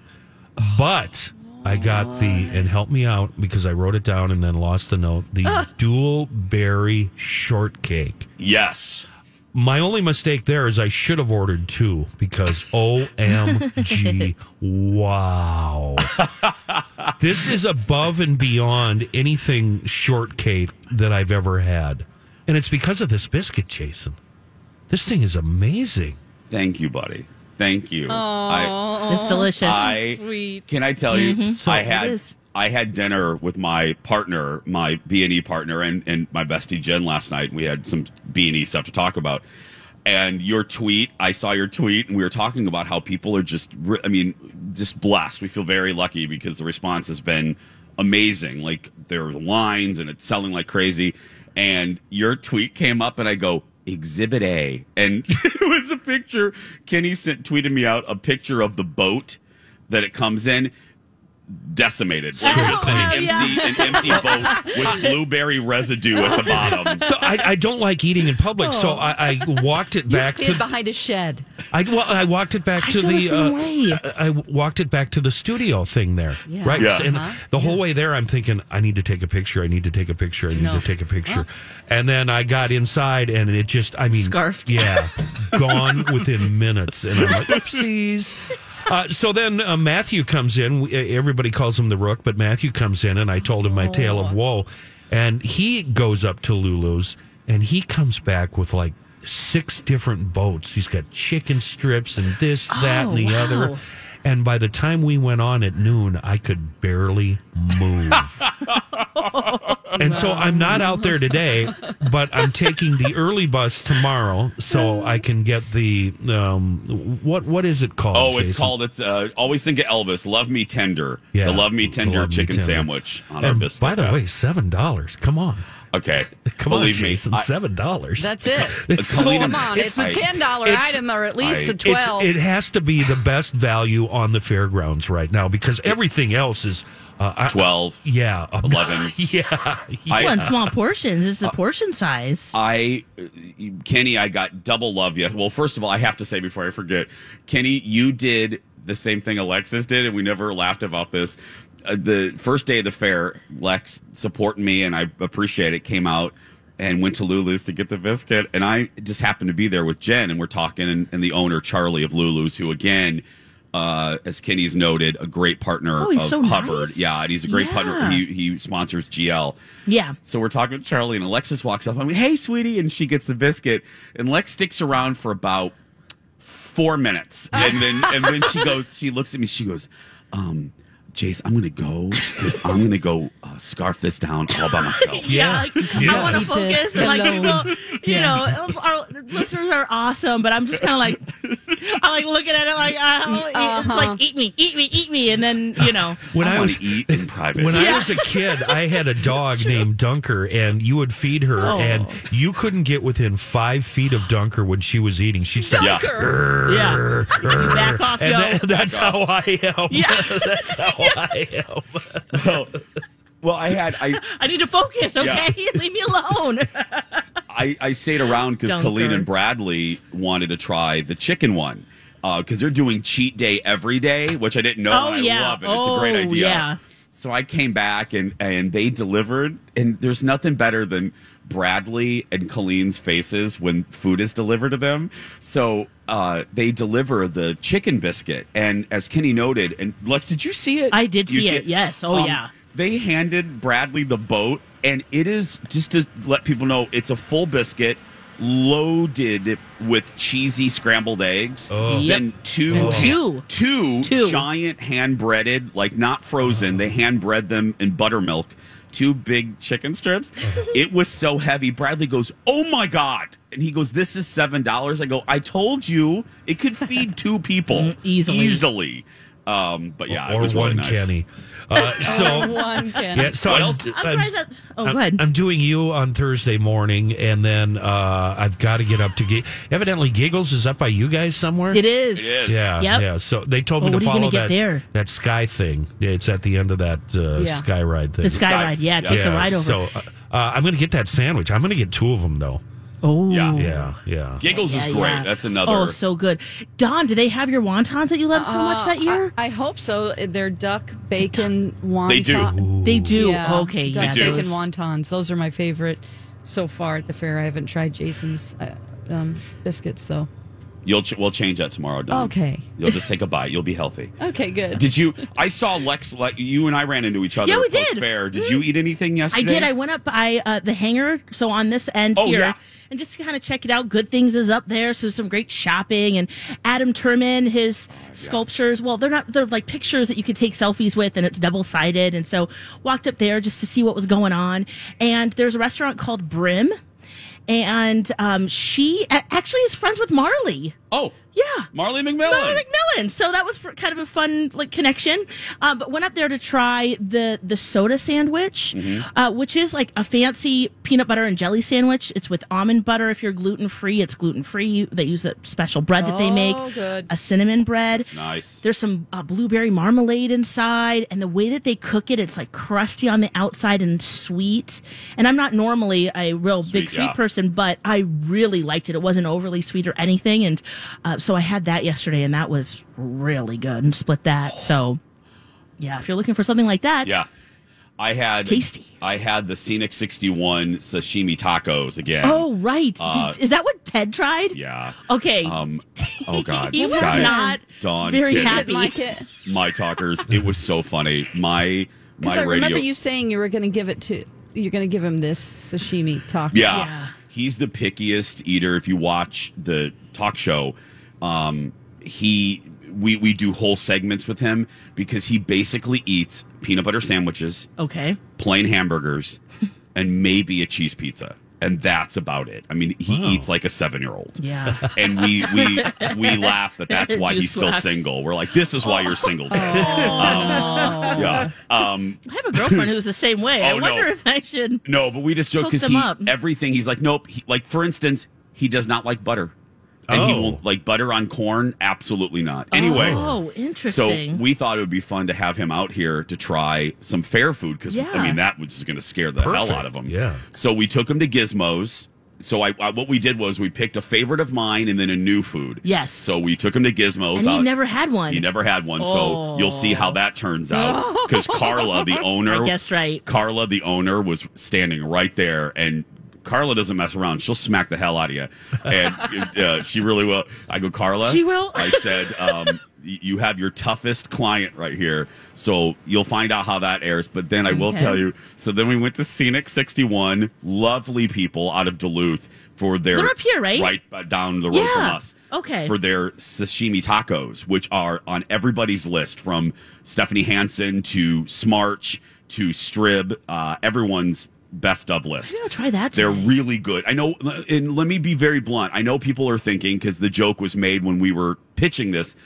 Speaker 6: But I got the and help me out because I wrote it down and then lost the note. The dual berry shortcake
Speaker 1: Yes.
Speaker 6: my only mistake there is I should have ordered two because OMG, wow. this is above and beyond anything shortcake that I've ever had. And it's because of this biscuit, Jason. This thing is amazing.
Speaker 1: Thank you, buddy. Thank you. I,
Speaker 5: It's delicious.
Speaker 1: I
Speaker 2: Sweet.
Speaker 1: can I tell you
Speaker 6: Mm-hmm.
Speaker 1: I
Speaker 5: It
Speaker 1: had
Speaker 5: is.
Speaker 1: I had dinner with my partner, my B and E partner, and and my bestie Jen last night. We had some B and E stuff to talk about. And your tweet, I saw your tweet, and we were talking about how people are just, re- I mean, just blessed. We feel very lucky because the response has been amazing. Like there are lines, and it's selling like crazy. And your tweet came up, and I go, Exhibit A, and it was a picture. Kenny sent tweeted me out a picture of the boat that it comes in decimated. It's just an, empty, an empty boat with blueberry residue at the bottom.
Speaker 6: So I, I don't like eating in public, so I, I walked it back
Speaker 2: Hid
Speaker 6: to.
Speaker 2: behind a shed.
Speaker 6: I, well, I walked it back
Speaker 5: I
Speaker 6: to
Speaker 5: feel the same way.
Speaker 6: the. uh, I I walked it back to the studio thing there,
Speaker 2: Yeah.
Speaker 6: right?
Speaker 1: Yeah.
Speaker 6: And
Speaker 2: Uh-huh.
Speaker 6: the whole way there, I'm thinking, I need to take a picture. I need to take a picture. I need
Speaker 2: No.
Speaker 6: to take a picture. And then I got inside, and it just, I mean,
Speaker 5: Scarfed.
Speaker 6: Yeah, gone within minutes, and I'm like, oopsies. Uh, so then uh, Matthew comes in. We- uh, Everybody calls him the Rook, but Matthew comes in, and I told him my tale of woe. And he goes up to Lulu's, and he comes back with like six different boats. He's got chicken strips and this, that,
Speaker 5: Oh,
Speaker 6: and the
Speaker 5: wow.
Speaker 6: other. And by the time we went on at noon, I could barely move. and so I'm not out there today, but I'm taking the early bus tomorrow so I can get the um what what is it called?
Speaker 1: Oh, it's
Speaker 6: Jason?
Speaker 1: called. It's uh, always think of Elvis. Love me tender.
Speaker 6: Yeah.
Speaker 1: the love me
Speaker 6: The
Speaker 1: tender
Speaker 6: Love Me
Speaker 1: chicken
Speaker 6: Tender.
Speaker 1: sandwich on our
Speaker 6: And
Speaker 1: biscuit.
Speaker 6: by the
Speaker 1: wrap.
Speaker 6: way, seven dollars. Come on,
Speaker 1: okay,
Speaker 6: come
Speaker 1: believe
Speaker 6: on,
Speaker 1: me,
Speaker 6: Jason,
Speaker 1: I-
Speaker 6: seven dollars.
Speaker 2: That's it.
Speaker 6: It's
Speaker 1: Colleen,
Speaker 2: Come
Speaker 1: I'm-
Speaker 2: on, it's,
Speaker 1: I-
Speaker 2: a ten dollar
Speaker 6: it's-
Speaker 2: item, or at least
Speaker 1: I-
Speaker 2: a twelve.
Speaker 6: It's, it has to be the best value on the fairgrounds right now because everything else is uh, I-
Speaker 1: twelve.
Speaker 6: Yeah, um,
Speaker 1: 11.
Speaker 6: yeah,
Speaker 1: I- uh,
Speaker 5: Well, in small portions. It's the portion size.
Speaker 1: I, Kenny, I got double love you. Well, first of all, I have to say before I forget, Kenny, you did the same thing Alexis did, and we never laughed about this. Uh, the first day of the fair, Lex supporting me, and I appreciate it, came out and went to Lulu's to get the biscuit. And I just happened to be there with Jen, and we're talking, and, and the owner, Charlie of Lulu's, who again, uh, as Kenny's noted, a great partner
Speaker 5: Oh, he's
Speaker 1: of
Speaker 5: so
Speaker 1: Hubbard.
Speaker 5: nice.
Speaker 1: Yeah, and he's a great partner.
Speaker 5: Yeah.
Speaker 1: He, he sponsors GL.
Speaker 5: Yeah.
Speaker 1: So we're talking to Charlie, and Alexis walks up. I'm like, hey, sweetie. And she gets the biscuit. And Lex sticks around for about four minutes. And then and then she goes, she looks at me, she goes, um, Jace, I'm going to go because I'm going to go uh, scarf this down all by myself.
Speaker 5: Yeah,
Speaker 6: Yeah.
Speaker 5: like,
Speaker 6: Yeah.
Speaker 5: I want to
Speaker 2: Leave
Speaker 5: focus.
Speaker 2: this
Speaker 5: And, like,
Speaker 2: alone.
Speaker 5: people, you know, our listeners are awesome, but I'm just kind of like, I'm like looking at it like, uh, it's
Speaker 2: Uh-huh.
Speaker 5: like, eat me, eat me, eat me, and then you know,
Speaker 6: when
Speaker 1: I,
Speaker 6: I
Speaker 1: want
Speaker 6: was
Speaker 1: to eat in private.
Speaker 6: When I was a kid, I had a dog named Dunker, and you would feed her,
Speaker 5: Oh.
Speaker 6: and you couldn't get within five feet of Dunker when she was eating. She'd start, Dunker!
Speaker 5: Yeah. Back off,
Speaker 6: and
Speaker 5: yo.
Speaker 6: that- that's
Speaker 1: Back
Speaker 6: how I am.
Speaker 5: Yeah.
Speaker 6: that's how I am.
Speaker 1: well, I had, I,
Speaker 5: I need to focus. Okay, leave me alone.
Speaker 1: I, I stayed around because
Speaker 5: Dunker.
Speaker 1: Colleen and Bradley wanted to try the chicken one because they're doing cheat day every day, which I didn't know.
Speaker 5: Oh,
Speaker 1: and I
Speaker 5: yeah.
Speaker 1: love it. It's a great
Speaker 5: Oh,
Speaker 1: idea.
Speaker 5: yeah.
Speaker 1: So I came back and and they delivered, and there's nothing better than Bradley and Colleen's faces when food is delivered to them. So uh, they deliver the chicken biscuit, and as Kenny noted, and Lex, did you see it? Um,
Speaker 5: I did
Speaker 1: You
Speaker 5: see it, yes. Oh, yeah.
Speaker 1: They handed Bradley the boat, and it is just to let people know it's a full biscuit loaded with cheesy scrambled eggs.
Speaker 6: Oh.
Speaker 5: Yep.
Speaker 1: Then two,
Speaker 5: And two.
Speaker 1: two
Speaker 5: Two.
Speaker 1: giant hand breaded, like not frozen.
Speaker 6: Oh.
Speaker 1: They hand bread them in buttermilk. Two big chicken strips. It was so heavy. Bradley goes, "Oh my god!" And he goes, "This is seven dollars." I go, "I told you it could feed two people
Speaker 5: Mm, easily.
Speaker 1: Easily. Um, but yeah, it
Speaker 6: or
Speaker 1: was really
Speaker 6: one
Speaker 1: nice.
Speaker 6: Kenny. Uh,
Speaker 5: Oh,
Speaker 6: so,
Speaker 2: One can.
Speaker 6: yeah, so
Speaker 1: What
Speaker 6: I'm-
Speaker 1: else did-
Speaker 5: I'm
Speaker 6: I'm-
Speaker 5: surprised that. Oh,
Speaker 6: I'm-
Speaker 5: go ahead.
Speaker 6: I'm doing you on Thursday morning, and then uh, I've got to get up to. G- Evidently, Giggles is up by you guys somewhere.
Speaker 5: It is.
Speaker 1: It is.
Speaker 6: Yeah,
Speaker 5: Yep.
Speaker 6: yeah. So they told me
Speaker 5: Well,
Speaker 6: to
Speaker 5: what are you
Speaker 6: follow
Speaker 5: gonna get
Speaker 6: that
Speaker 5: there?
Speaker 6: that sky thing. Yeah, It's at the end of that uh,
Speaker 2: Yeah.
Speaker 6: sky ride thing.
Speaker 5: The sky
Speaker 1: Sky-
Speaker 5: ride. Yeah, it takes
Speaker 1: Yeah,
Speaker 5: a ride over.
Speaker 6: So uh, uh, I'm going to get that sandwich. I'm going to get two of them though.
Speaker 5: oh,
Speaker 1: Yeah.
Speaker 6: Yeah, yeah.
Speaker 1: Giggles is
Speaker 5: Yeah,
Speaker 1: great.
Speaker 5: yeah.
Speaker 1: That's another.
Speaker 5: Oh, so good. Don, do they have your wontons that you love so much that year?
Speaker 2: Uh, I, I hope so. They're duck bacon wontons.
Speaker 1: They do.
Speaker 5: they do.
Speaker 2: Yeah.
Speaker 5: Okay,
Speaker 2: duck
Speaker 5: yeah.
Speaker 1: do.
Speaker 2: bacon
Speaker 5: those-
Speaker 2: wontons. Those are my favorite so far at the fair. I haven't tried Jason's uh, um, biscuits though.
Speaker 1: You'll ch- we'll change that tomorrow, Don.
Speaker 2: Okay.
Speaker 1: You'll just take a bite. You'll be healthy.
Speaker 2: Okay, good.
Speaker 1: Did you? I saw Lex. Le- you and I ran into each other.
Speaker 5: Yeah, we
Speaker 1: at Folk
Speaker 5: did.
Speaker 1: Fair. Did you eat anything
Speaker 5: I
Speaker 1: yesterday?
Speaker 5: did. I went up by uh, the hangar, so on this end
Speaker 1: Oh,
Speaker 5: here,
Speaker 1: yeah.
Speaker 5: and just kind of check it out. Good things is up there, so some great shopping. And Adam Turman,
Speaker 1: Oh,
Speaker 5: his sculptures. Well, they're not. They're like pictures that you could take selfies with, and it's double sided. And so walked up there just to see what was going on. And there's a restaurant called Brim, and um, she a- actually is friends with Marley.
Speaker 1: Oh,
Speaker 5: yeah,
Speaker 1: Marley McMillan.
Speaker 5: Marley McMillan. So that was pr- kind of a fun like connection. Uh, but went up there to try the the soda sandwich,
Speaker 2: Mm-hmm.
Speaker 5: uh, which is like a fancy peanut butter and jelly sandwich. It's with almond butter. If you're gluten free, it's gluten free. They use a special bread that they make,
Speaker 2: Oh, good.
Speaker 5: a cinnamon bread.
Speaker 1: Nice.
Speaker 5: There's some uh, blueberry marmalade inside, and the way that they cook it, it's like crusty on the outside and sweet. And I'm not normally a real big
Speaker 1: Sweet,
Speaker 5: sweet
Speaker 1: yeah.
Speaker 5: person, but I really liked it. It wasn't overly sweet or anything, and uh, so I had that yesterday, and that was really good. And split that, so yeah, if you're looking for something like that,
Speaker 1: Yeah. I had
Speaker 5: Tasty.
Speaker 1: I had the Scenic 61 sashimi tacos again.
Speaker 5: Oh right,
Speaker 1: Uh,
Speaker 5: Did- is that what Ted tried?
Speaker 1: Yeah.
Speaker 5: Okay.
Speaker 1: Um oh god.
Speaker 5: He was
Speaker 1: Guys,
Speaker 5: not
Speaker 1: Dawn
Speaker 5: very
Speaker 1: kidding.
Speaker 5: happy.
Speaker 2: Didn't like it.
Speaker 1: My talkers, it was so funny. My my
Speaker 2: Because I
Speaker 1: radio
Speaker 2: remember you saying you were going to give it to, you're going to give him this sashimi taco.
Speaker 1: Yeah.
Speaker 5: Yeah.
Speaker 1: He's the pickiest eater. If you watch the talk show, um, he we we do whole segments with him because he basically eats peanut butter sandwiches,
Speaker 5: Okay.
Speaker 1: plain hamburgers, and maybe a cheese pizza. And that's about it. I mean, he eats like a seven year old.
Speaker 5: Yeah.
Speaker 1: And we we we laugh that that's why
Speaker 5: Just
Speaker 1: he's still
Speaker 5: laughs.
Speaker 1: single. We're like, this is why you're single. Dad.
Speaker 5: Oh.
Speaker 1: um, yeah. Um,
Speaker 5: I have a girlfriend who's the same way. I
Speaker 1: Oh, no.
Speaker 5: wonder if I should.
Speaker 1: no, but we just joke
Speaker 5: Hook
Speaker 1: because
Speaker 5: them
Speaker 1: he
Speaker 5: up.
Speaker 1: everything he's like, nope. He, like for instance, he does not like butter, and he
Speaker 6: Oh.
Speaker 1: won't like butter on corn. Absolutely not. Anyway,
Speaker 5: Oh,
Speaker 1: so
Speaker 5: interesting.
Speaker 1: we thought it would be fun to have him out here to try some fair food because I
Speaker 5: Yeah.
Speaker 1: mean that was just going to scare the hell
Speaker 6: Perfect.
Speaker 1: out of him.
Speaker 6: Yeah.
Speaker 1: So we took him to Gizmos. So I, I what we did was we picked a favorite of mine and then a new food.
Speaker 5: Yes.
Speaker 1: So we took him to Gizmos.
Speaker 5: and he
Speaker 1: I'll-
Speaker 5: never had one.
Speaker 1: he never had one, so
Speaker 5: Oh.
Speaker 1: you'll see how that turns out. Because Carla, the owner,
Speaker 5: I guessed right.
Speaker 1: Carla, the owner, was standing right there, and Carla doesn't mess around. She'll smack the hell out of you, and uh, she really will. I go, Carla.
Speaker 5: She will?
Speaker 1: I said, um, y- you have your toughest client right here, so you'll find out how that airs. But then I will
Speaker 5: Okay.
Speaker 1: tell you. So then we went to Scenic Sixty One, lovely people out of Duluth for their
Speaker 5: They're up here, right?
Speaker 1: Right uh, down the road from
Speaker 5: Yeah.
Speaker 1: us.
Speaker 5: Okay.
Speaker 1: For their sashimi tacos, which are on everybody's list from Stephanie Hansen to Smarch to Strib, uh, everyone's best of list.
Speaker 5: Maybe I'll try that.
Speaker 1: They're
Speaker 5: tonight.
Speaker 1: really good. I know, and let me be very blunt. I know people are thinking because the joke was made when we were pitching this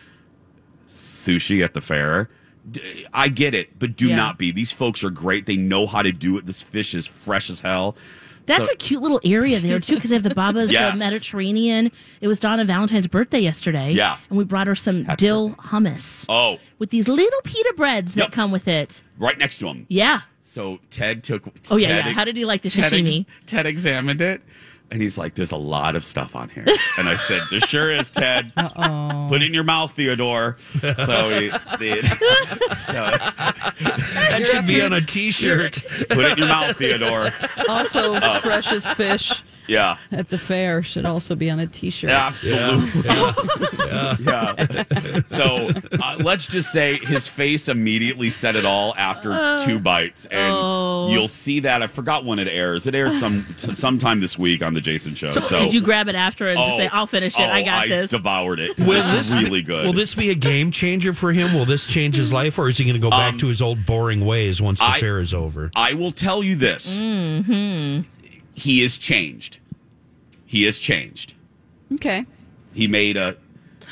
Speaker 1: sushi at the fair. D- I get it, but do
Speaker 5: Yeah.
Speaker 1: not be. These folks are great. They know how to do it. This fish is fresh as hell.
Speaker 5: That's
Speaker 1: So-
Speaker 5: a cute little area there too, because they have the Babas,
Speaker 1: Yes.
Speaker 5: the Mediterranean. It was Donna Valentine's birthday yesterday.
Speaker 1: Yeah.
Speaker 5: and we brought her some dill hummus
Speaker 1: oh,
Speaker 5: with these little pita breads that
Speaker 1: Yep.
Speaker 5: come with it.
Speaker 1: right next to him.
Speaker 5: Yeah.
Speaker 1: So Ted took.
Speaker 5: Oh yeah,
Speaker 1: Ted,
Speaker 5: yeah. How did he like the
Speaker 1: Ted, ex-
Speaker 5: sashimi?
Speaker 1: Ted examined it, and he's like, "There's a lot of stuff on here." And I said, "There sure is, Ted. Put it in your mouth, Theodore." So he did. so,
Speaker 6: That should be on a T-shirt.
Speaker 1: put it in your mouth, Theodore.
Speaker 2: Also,
Speaker 1: Oh.
Speaker 2: fresh as fish
Speaker 1: Yeah,
Speaker 2: at the fair should also be on a t-shirt.
Speaker 1: absolutely. Yeah. So uh, let's just say his face immediately said it all after two bites, and you'll see that. I forgot when it airs. It airs some t- sometime this week on the Jason Show. So
Speaker 5: Did you grab it after and just
Speaker 1: Oh,
Speaker 5: say, "I'll finish it.
Speaker 1: oh,
Speaker 5: I got this."
Speaker 1: Devoured it.
Speaker 6: Will
Speaker 1: it's
Speaker 6: this
Speaker 1: really good.
Speaker 6: Will this be a game changer for him? Will this change his life, or is he going to go
Speaker 5: Um,
Speaker 6: back to his old boring ways once the
Speaker 1: I-
Speaker 6: fair is over?
Speaker 1: I will tell you this.
Speaker 5: Mm-hmm.
Speaker 1: He is changed. He is changed.
Speaker 2: Okay.
Speaker 1: He made a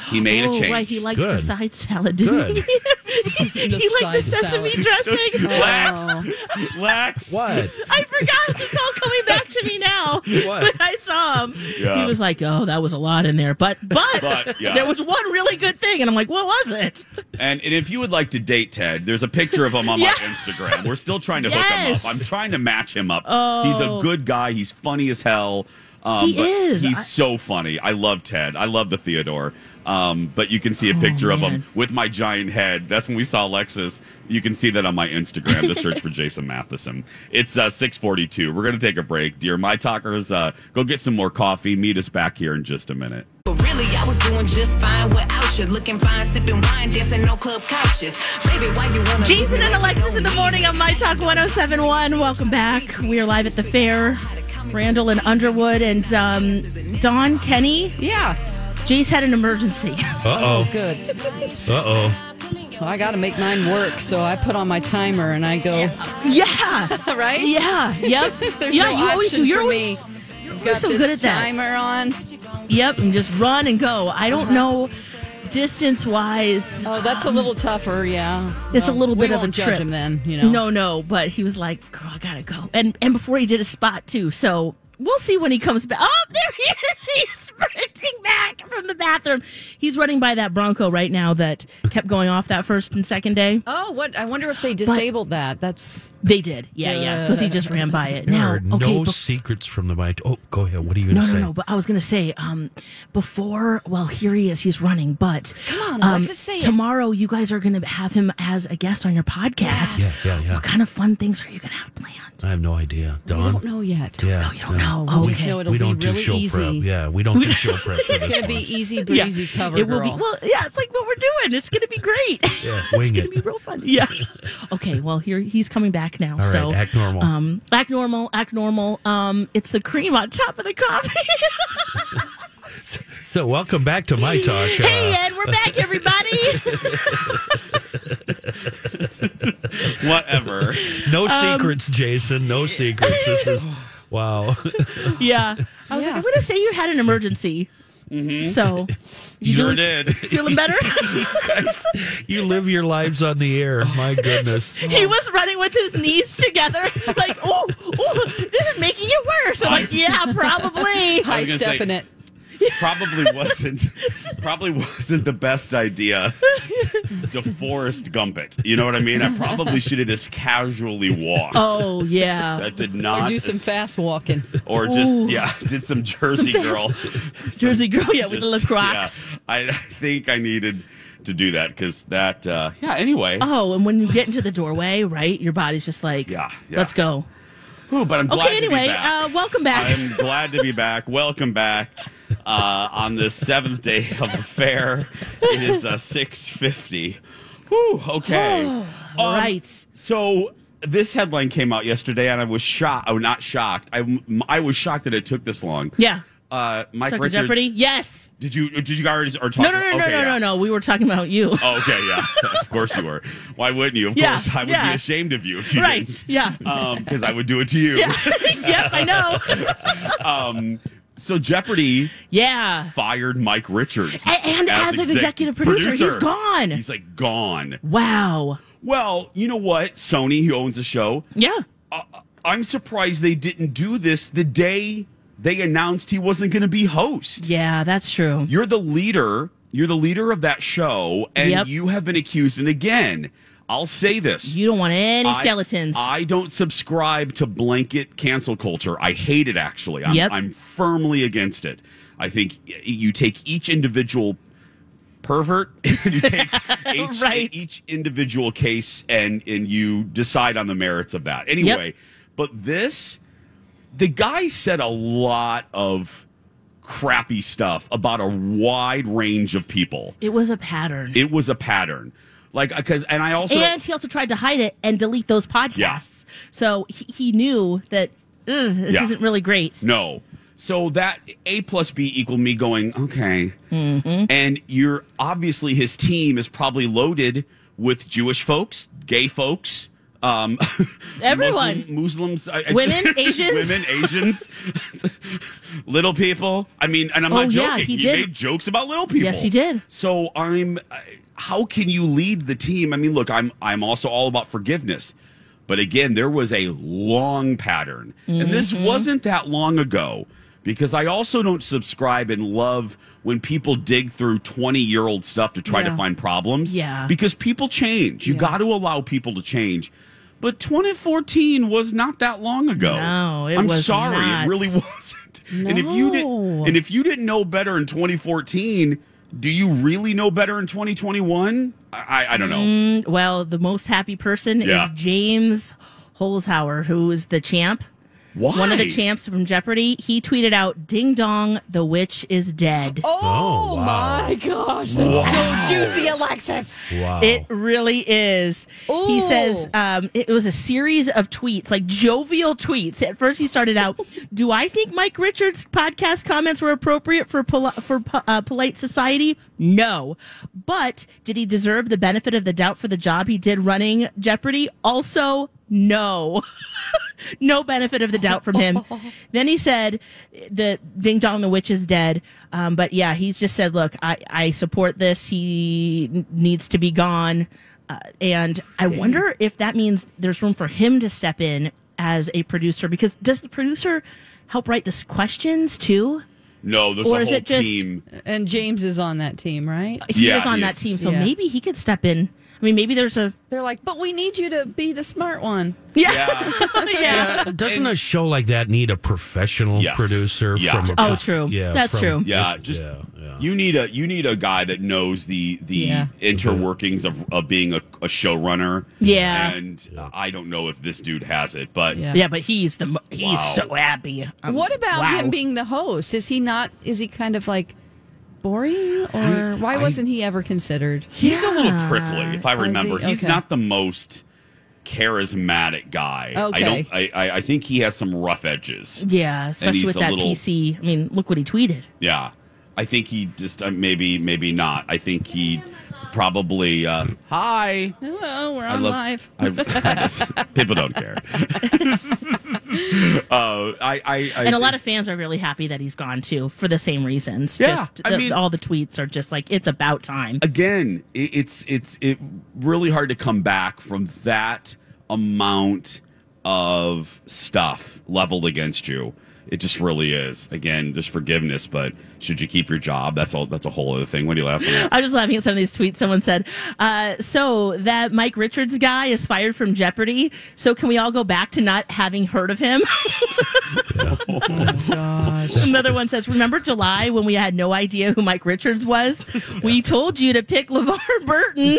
Speaker 1: he made a
Speaker 5: oh
Speaker 1: change.
Speaker 5: right, he liked
Speaker 6: Good.
Speaker 5: the side salad, didn't
Speaker 6: Good.
Speaker 5: he? he liked the
Speaker 2: side
Speaker 5: sesame
Speaker 2: salad.
Speaker 5: dressing. Oh,
Speaker 1: Lax, lax.
Speaker 6: What?
Speaker 5: I forgot. It's all coming back to me now.
Speaker 6: What?
Speaker 5: But I saw him.
Speaker 1: Yeah.
Speaker 5: He was like, "Oh, that was a lot in there, but but,
Speaker 1: But, yeah.
Speaker 5: there was one really good thing," and I'm like, "What was it?"
Speaker 1: And, and if you would like to date Ted, there's a picture of him on my
Speaker 5: Yeah.
Speaker 1: Instagram. We're still trying to
Speaker 5: Yes. Oh.
Speaker 1: hook him up. I'm trying to match him up. He's a good guy. He's funny as hell. Um,
Speaker 5: He
Speaker 1: but
Speaker 5: is.
Speaker 1: He's
Speaker 5: I-
Speaker 1: so funny. I love Ted. I love the Theodore. Um, but you can see a picture of him
Speaker 5: Oh, man.
Speaker 1: with my giant head. That's when we saw Lexus. You can see that on my Instagram. Just search for Jason Matheson. It's uh, 642. We're going to take a break. Dear My Talkers, uh, go get some more coffee. Meet us back here in just a minute.
Speaker 11: But really, I was doing just fine without you. Looking fine, sipping wine, dancing on club couches. Baby, why you wanna?
Speaker 5: Jason and Alexis in the morning on My Talk 1071. Welcome back. We are live at the fair. Randall and Underwood and um, Don Kenny.
Speaker 2: Yeah.
Speaker 5: Jace had an emergency.
Speaker 6: Uh oh.
Speaker 2: Good.
Speaker 6: Uh oh.
Speaker 2: Well, I got to make mine work, so I put on my timer and I go.
Speaker 5: yeah.
Speaker 2: Right?
Speaker 5: Yeah. Yep.
Speaker 2: There's
Speaker 5: yeah,
Speaker 2: no
Speaker 5: you always
Speaker 2: option
Speaker 5: do. You're
Speaker 2: for
Speaker 5: always,
Speaker 2: me.
Speaker 5: You're
Speaker 2: got
Speaker 5: so
Speaker 2: this
Speaker 5: good at that.
Speaker 2: timer on.
Speaker 5: Yep, and just run and go. I don't
Speaker 2: Uh-huh.
Speaker 5: know distance wise.
Speaker 2: Oh, that's a little tougher, yeah.
Speaker 5: It's a
Speaker 2: Well,
Speaker 5: little
Speaker 2: we
Speaker 5: bit of a
Speaker 2: won't judge
Speaker 5: trip.
Speaker 2: him then, you know.
Speaker 5: No, no, but he was like, "Girl, I gotta go," and and before he did a spot too. So we'll see when he comes back. Oh, there he is! He's sprinting back from the bathroom. He's running by that Bronco right now that kept going off that first and second day.
Speaker 2: Oh, what? I wonder if they disabled that. That's
Speaker 5: they did. Yeah, yeah, because he just ran by it.
Speaker 6: There
Speaker 5: Now,
Speaker 6: are
Speaker 5: okay,
Speaker 6: no
Speaker 5: bef-
Speaker 6: secrets from the mind. Oh, go ahead. What are you going
Speaker 5: no,
Speaker 6: to
Speaker 5: no,
Speaker 6: say?
Speaker 5: no. But I was gonna say, um, before, well, here he is. He's running, but come
Speaker 2: on, Alexis, say it.
Speaker 5: tomorrow. You guys are gonna have him as a guest on your podcast.
Speaker 6: Yeah, yeah, yeah.
Speaker 5: What kind of fun things are you gonna have? Oh,
Speaker 6: I have no idea. Don?
Speaker 2: don't know yet. Don't
Speaker 6: yeah,
Speaker 2: know, you don't know.
Speaker 6: We,
Speaker 2: Just know it'll
Speaker 6: we
Speaker 2: be
Speaker 6: don't do
Speaker 2: really
Speaker 6: show prep.
Speaker 2: easy.
Speaker 6: Yeah, we don't do show prep for
Speaker 2: it's
Speaker 6: this
Speaker 2: gonna
Speaker 6: one.
Speaker 2: be easy breezy cover
Speaker 5: it
Speaker 2: girl.
Speaker 5: will be well yeah it's like what we're doing it's gonna be great
Speaker 6: Yeah, wing it.
Speaker 5: real fun yeah okay well here he's coming back now
Speaker 6: All right,
Speaker 5: so
Speaker 6: act normal.
Speaker 5: um act normal act normal um it's the cream on top of the coffee
Speaker 6: So, welcome back to my talk.
Speaker 5: hey
Speaker 6: uh,
Speaker 5: ed we're back everybody
Speaker 1: Whatever.
Speaker 6: no
Speaker 5: Um,
Speaker 6: secrets, Jason. No secrets. This is wow.
Speaker 5: yeah i was like i'm gonna say you had an emergency so you
Speaker 6: Mm-hmm. Sure
Speaker 5: doing-
Speaker 6: did.
Speaker 5: feeling better
Speaker 6: Guys, you live your lives on the air. My goodness.
Speaker 5: He was running with his knees together, like, oh, oh, this is making it worse. I'm like, yeah, probably.
Speaker 1: I was gonna say-
Speaker 2: stepping it.
Speaker 1: probably wasn't probably wasn't the best idea to Forrest Gump it. You know what I mean? I probably should have just casually walked.
Speaker 5: Oh yeah.
Speaker 1: That did
Speaker 2: Or
Speaker 1: not
Speaker 2: do some fast walking.
Speaker 1: or just
Speaker 2: Ooh.
Speaker 1: yeah, did some Jersey
Speaker 5: Some
Speaker 1: girl.
Speaker 5: Jersey girl, yeah, with the
Speaker 1: Just-
Speaker 5: lacroix.
Speaker 1: yeah. I I think I needed to do that because that uh yeah, anyway.
Speaker 5: Oh, and when you get into the doorway, right, your body's just like, yeah,
Speaker 1: yeah.
Speaker 5: let's go.
Speaker 1: Ooh, but I'm glad
Speaker 5: Okay,
Speaker 1: to
Speaker 5: anyway,
Speaker 1: be back.
Speaker 5: uh, welcome back.
Speaker 1: I'm glad to be back. Welcome back uh, on the seventh day of the fair. It is uh, six fifty. Whew, okay. Um,
Speaker 5: right.
Speaker 1: So this headline came out yesterday, and I was shocked. Oh, not shocked. I I was shocked that it took this long.
Speaker 5: Yeah.
Speaker 1: Uh, Mike
Speaker 5: Dr.
Speaker 1: Richards.
Speaker 5: Jeopardy? Yes.
Speaker 1: Did you did you guys are
Speaker 5: No,
Speaker 1: talking?
Speaker 5: no, no, no,
Speaker 1: okay,
Speaker 5: no,
Speaker 1: yeah.
Speaker 5: no, no. We were talking about you.
Speaker 1: Oh, okay, yeah. Of course you were. Why wouldn't you? Of
Speaker 5: Yeah,
Speaker 1: course, I would
Speaker 5: yeah.
Speaker 1: be ashamed of you if you Uh,
Speaker 5: right.
Speaker 1: didn't.
Speaker 5: Yeah.
Speaker 1: Because I would do it to you.
Speaker 5: yeah. yes, I know.
Speaker 1: um, so Jeopardy,
Speaker 5: yeah,
Speaker 1: fired Mike Richards,
Speaker 5: A- and as an executive producer, he's gone.
Speaker 1: He's like gone.
Speaker 5: Wow.
Speaker 1: Well, you know what? Sony, who owns the show,
Speaker 5: Yeah.
Speaker 1: uh, I'm surprised they didn't do this the day they announced he wasn't going to be host.
Speaker 5: Yeah, that's true.
Speaker 1: You're the leader. You're the leader of that show, and
Speaker 5: Yep.
Speaker 1: you have been accused. And again, I'll say this:
Speaker 5: You don't want any
Speaker 1: I-
Speaker 5: skeletons.
Speaker 1: I don't subscribe to blanket cancel culture. I hate it, actually. I'm,
Speaker 5: Yep.
Speaker 1: I'm firmly against it. I think y- you take each individual pervert, you take each, each individual case, and, and you decide on the merits of that. Anyway, but this, the guy said a lot of crappy stuff about a wide range of people.
Speaker 5: it was a pattern.
Speaker 1: It was a pattern. Like, because, and I also.
Speaker 5: and he also tried to hide it and delete those podcasts. So he, he knew that ugh, this
Speaker 1: Yeah.
Speaker 5: isn't really great.
Speaker 1: No. So that A plus B equaled me going, okay.
Speaker 5: Mm-hmm.
Speaker 1: And you're obviously his team is probably loaded with Jewish folks, gay folks, um,
Speaker 5: Everyone.
Speaker 1: Muslim- Muslims, I- I-
Speaker 5: Women, Asians.
Speaker 1: women, Asians, little people. I mean, and I'm
Speaker 5: Oh,
Speaker 1: not joking.
Speaker 5: yeah, he
Speaker 1: he
Speaker 5: did.
Speaker 1: made jokes about little people.
Speaker 5: Yes, he did.
Speaker 1: So I'm. I- How can you lead the team? I mean, look, I'm. I'm also all about forgiveness, but again, there was a long pattern, and this
Speaker 5: Mm-hmm.
Speaker 1: wasn't that long ago. Because I also don't subscribe and love when people dig through 20 year old stuff to try to
Speaker 5: Yeah.
Speaker 1: find problems.
Speaker 5: Yeah.
Speaker 1: Because people change. You got to allow people to change. But 2014 was not that long ago.
Speaker 5: No, it
Speaker 1: I'm
Speaker 5: was
Speaker 1: sorry.
Speaker 5: not.
Speaker 1: It really wasn't. And if you didn't
Speaker 5: No.
Speaker 1: and if you didn't know better in 2014, do you really know better in 2021? I, I, I don't know.
Speaker 5: Mm, well, the most happy person
Speaker 1: Yeah.
Speaker 5: is James Holzhauer, who is the champ.
Speaker 1: Why?
Speaker 5: One of the champs from Jeopardy. He tweeted out, "Ding dong, the witch is dead."
Speaker 2: Oh,
Speaker 6: wow.
Speaker 2: my gosh, that's
Speaker 6: Wow.
Speaker 2: so juicy, Alexis.
Speaker 6: Wow.
Speaker 5: It really is. He
Speaker 2: Ooh.
Speaker 5: says um, it was a series of tweets, like jovial tweets. At first, he started out, "Do I think Mike Richards' podcast comments were appropriate for poli- for uh, polite society? No, but did he deserve the benefit of the doubt for the job he did running Jeopardy? Also, no." no benefit of the doubt from him. then he said, "The Ding Dong, the witch is dead." Um, but yeah, he's just said, "Look, I I support this. He n- needs to be gone." Uh, and I wonder if that means there's room for him to step in as a producer because does the producer help write the s- questions too?
Speaker 1: No, there's
Speaker 5: Or
Speaker 1: a
Speaker 5: is
Speaker 1: whole
Speaker 5: it just-
Speaker 1: team.
Speaker 2: And James is on that team, right?
Speaker 5: He
Speaker 1: Yeah,
Speaker 5: is on
Speaker 1: he
Speaker 5: that
Speaker 1: is.
Speaker 5: team, so
Speaker 2: Yeah.
Speaker 5: maybe he could step in. I mean, maybe there's a
Speaker 2: They're like, but we need you to be the smart one.
Speaker 1: Yeah.
Speaker 5: yeah.
Speaker 6: Doesn't a show like that need a professional
Speaker 1: Yes.
Speaker 6: producer
Speaker 1: Yeah.
Speaker 6: from? A
Speaker 5: Oh, true. That's true.
Speaker 1: Yeah, just you need a you need a guy that knows the the
Speaker 5: Yeah.
Speaker 1: interworkings of, of being a, a showrunner.
Speaker 5: Yeah.
Speaker 1: and uh, I don't know if this dude has it, but
Speaker 5: yeah. but he's the mo- he's
Speaker 1: Wow.
Speaker 5: so happy. Um,
Speaker 2: what about
Speaker 5: wow.
Speaker 2: him being the host? Is he not? Is he kind of like boring, or why wasn't he ever considered?
Speaker 1: he's a little prickly, if I
Speaker 2: Oh, is he?
Speaker 1: remember. He's
Speaker 2: Okay.
Speaker 1: not the most charismatic guy.
Speaker 2: Okay.
Speaker 1: I don't. I, I I think he has some rough edges.
Speaker 5: Yeah,
Speaker 1: And
Speaker 5: especially
Speaker 1: he's
Speaker 5: with
Speaker 1: a
Speaker 5: that
Speaker 1: little-
Speaker 5: PC. I mean, look what he tweeted.
Speaker 1: Yeah, I think he just uh, maybe maybe not. I think he probably. Uh, Hi.
Speaker 2: Hello, Oh, we're
Speaker 1: I
Speaker 2: on
Speaker 1: love-
Speaker 2: live.
Speaker 1: I- people don't care. uh, I, I, I
Speaker 5: and a lot of fans are really happy that he's gone too for the same reasons.
Speaker 1: Yeah,
Speaker 5: just
Speaker 1: I
Speaker 5: the-
Speaker 1: mean-
Speaker 5: all the tweets are just like it's about time.
Speaker 1: again, it, it's it's it really hard to come back from that amount of stuff leveled against you. It just really is. Again, just forgiveness, but should you keep your job? That's all. That's a whole other thing. What are you laughing at?
Speaker 5: I'm just laughing at some of these tweets. Someone said, uh, "So that Mike Richards guy is fired from Jeopardy. So can we all go back to not having heard of him?" Oh Another one says, "Remember July when we had no idea who Mike Richards was? We told you to pick LeVar Burton."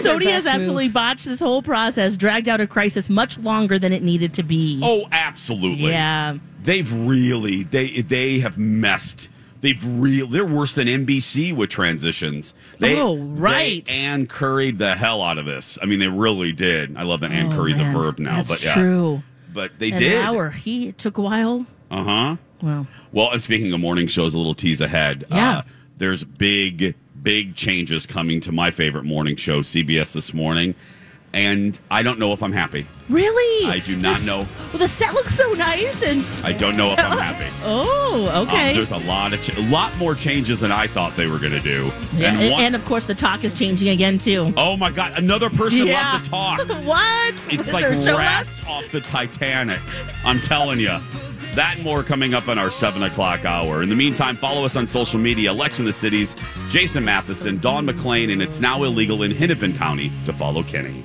Speaker 5: Sony has
Speaker 2: best
Speaker 5: absolutely botched this whole process, dragged out a crisis much longer than it needed to be.
Speaker 1: Oh, absolutely.
Speaker 5: yeah.
Speaker 1: They've really they they have messed. They've real. They're worse than NBC with transitions. They,
Speaker 5: Oh, right.
Speaker 1: They Ann curried the hell out of this. I mean, they really did. I love that Ann Curry's a verb now,
Speaker 5: Oh, That's
Speaker 1: but yeah.
Speaker 5: true.
Speaker 1: But they
Speaker 5: An
Speaker 1: did.
Speaker 5: hour. He it took a while.
Speaker 1: Uh huh.
Speaker 5: Wow.
Speaker 1: Well, and speaking of morning shows, a little tease ahead.
Speaker 5: Yeah.
Speaker 1: Uh, there's big, big changes coming to my favorite morning show, CBS This Morning. And I don't know if I'm happy.
Speaker 5: Really?
Speaker 1: I do not
Speaker 5: This-
Speaker 1: know.
Speaker 5: Well, the set looks so nice and.
Speaker 1: I don't know if I'm happy.
Speaker 5: Oh,
Speaker 1: Um,
Speaker 5: okay.
Speaker 1: there's a lot of cha- a lot more changes than I thought they were going to do.
Speaker 5: Yeah,
Speaker 1: and
Speaker 5: and,
Speaker 1: one,
Speaker 5: and of course, the talk is changing again too.
Speaker 1: oh my god, another person
Speaker 5: Yeah.
Speaker 1: left to talk.
Speaker 5: What?
Speaker 1: It's
Speaker 5: Is
Speaker 1: like
Speaker 5: there a show
Speaker 1: rats off the Titanic. I'm telling you. That and more coming up in our 7 o'clock hour. In the meantime, follow us on social media. Lex in the Cities, Jason Matheson, Dawn McClain, and It's Now Illegal in Hennepin County to follow Kenny.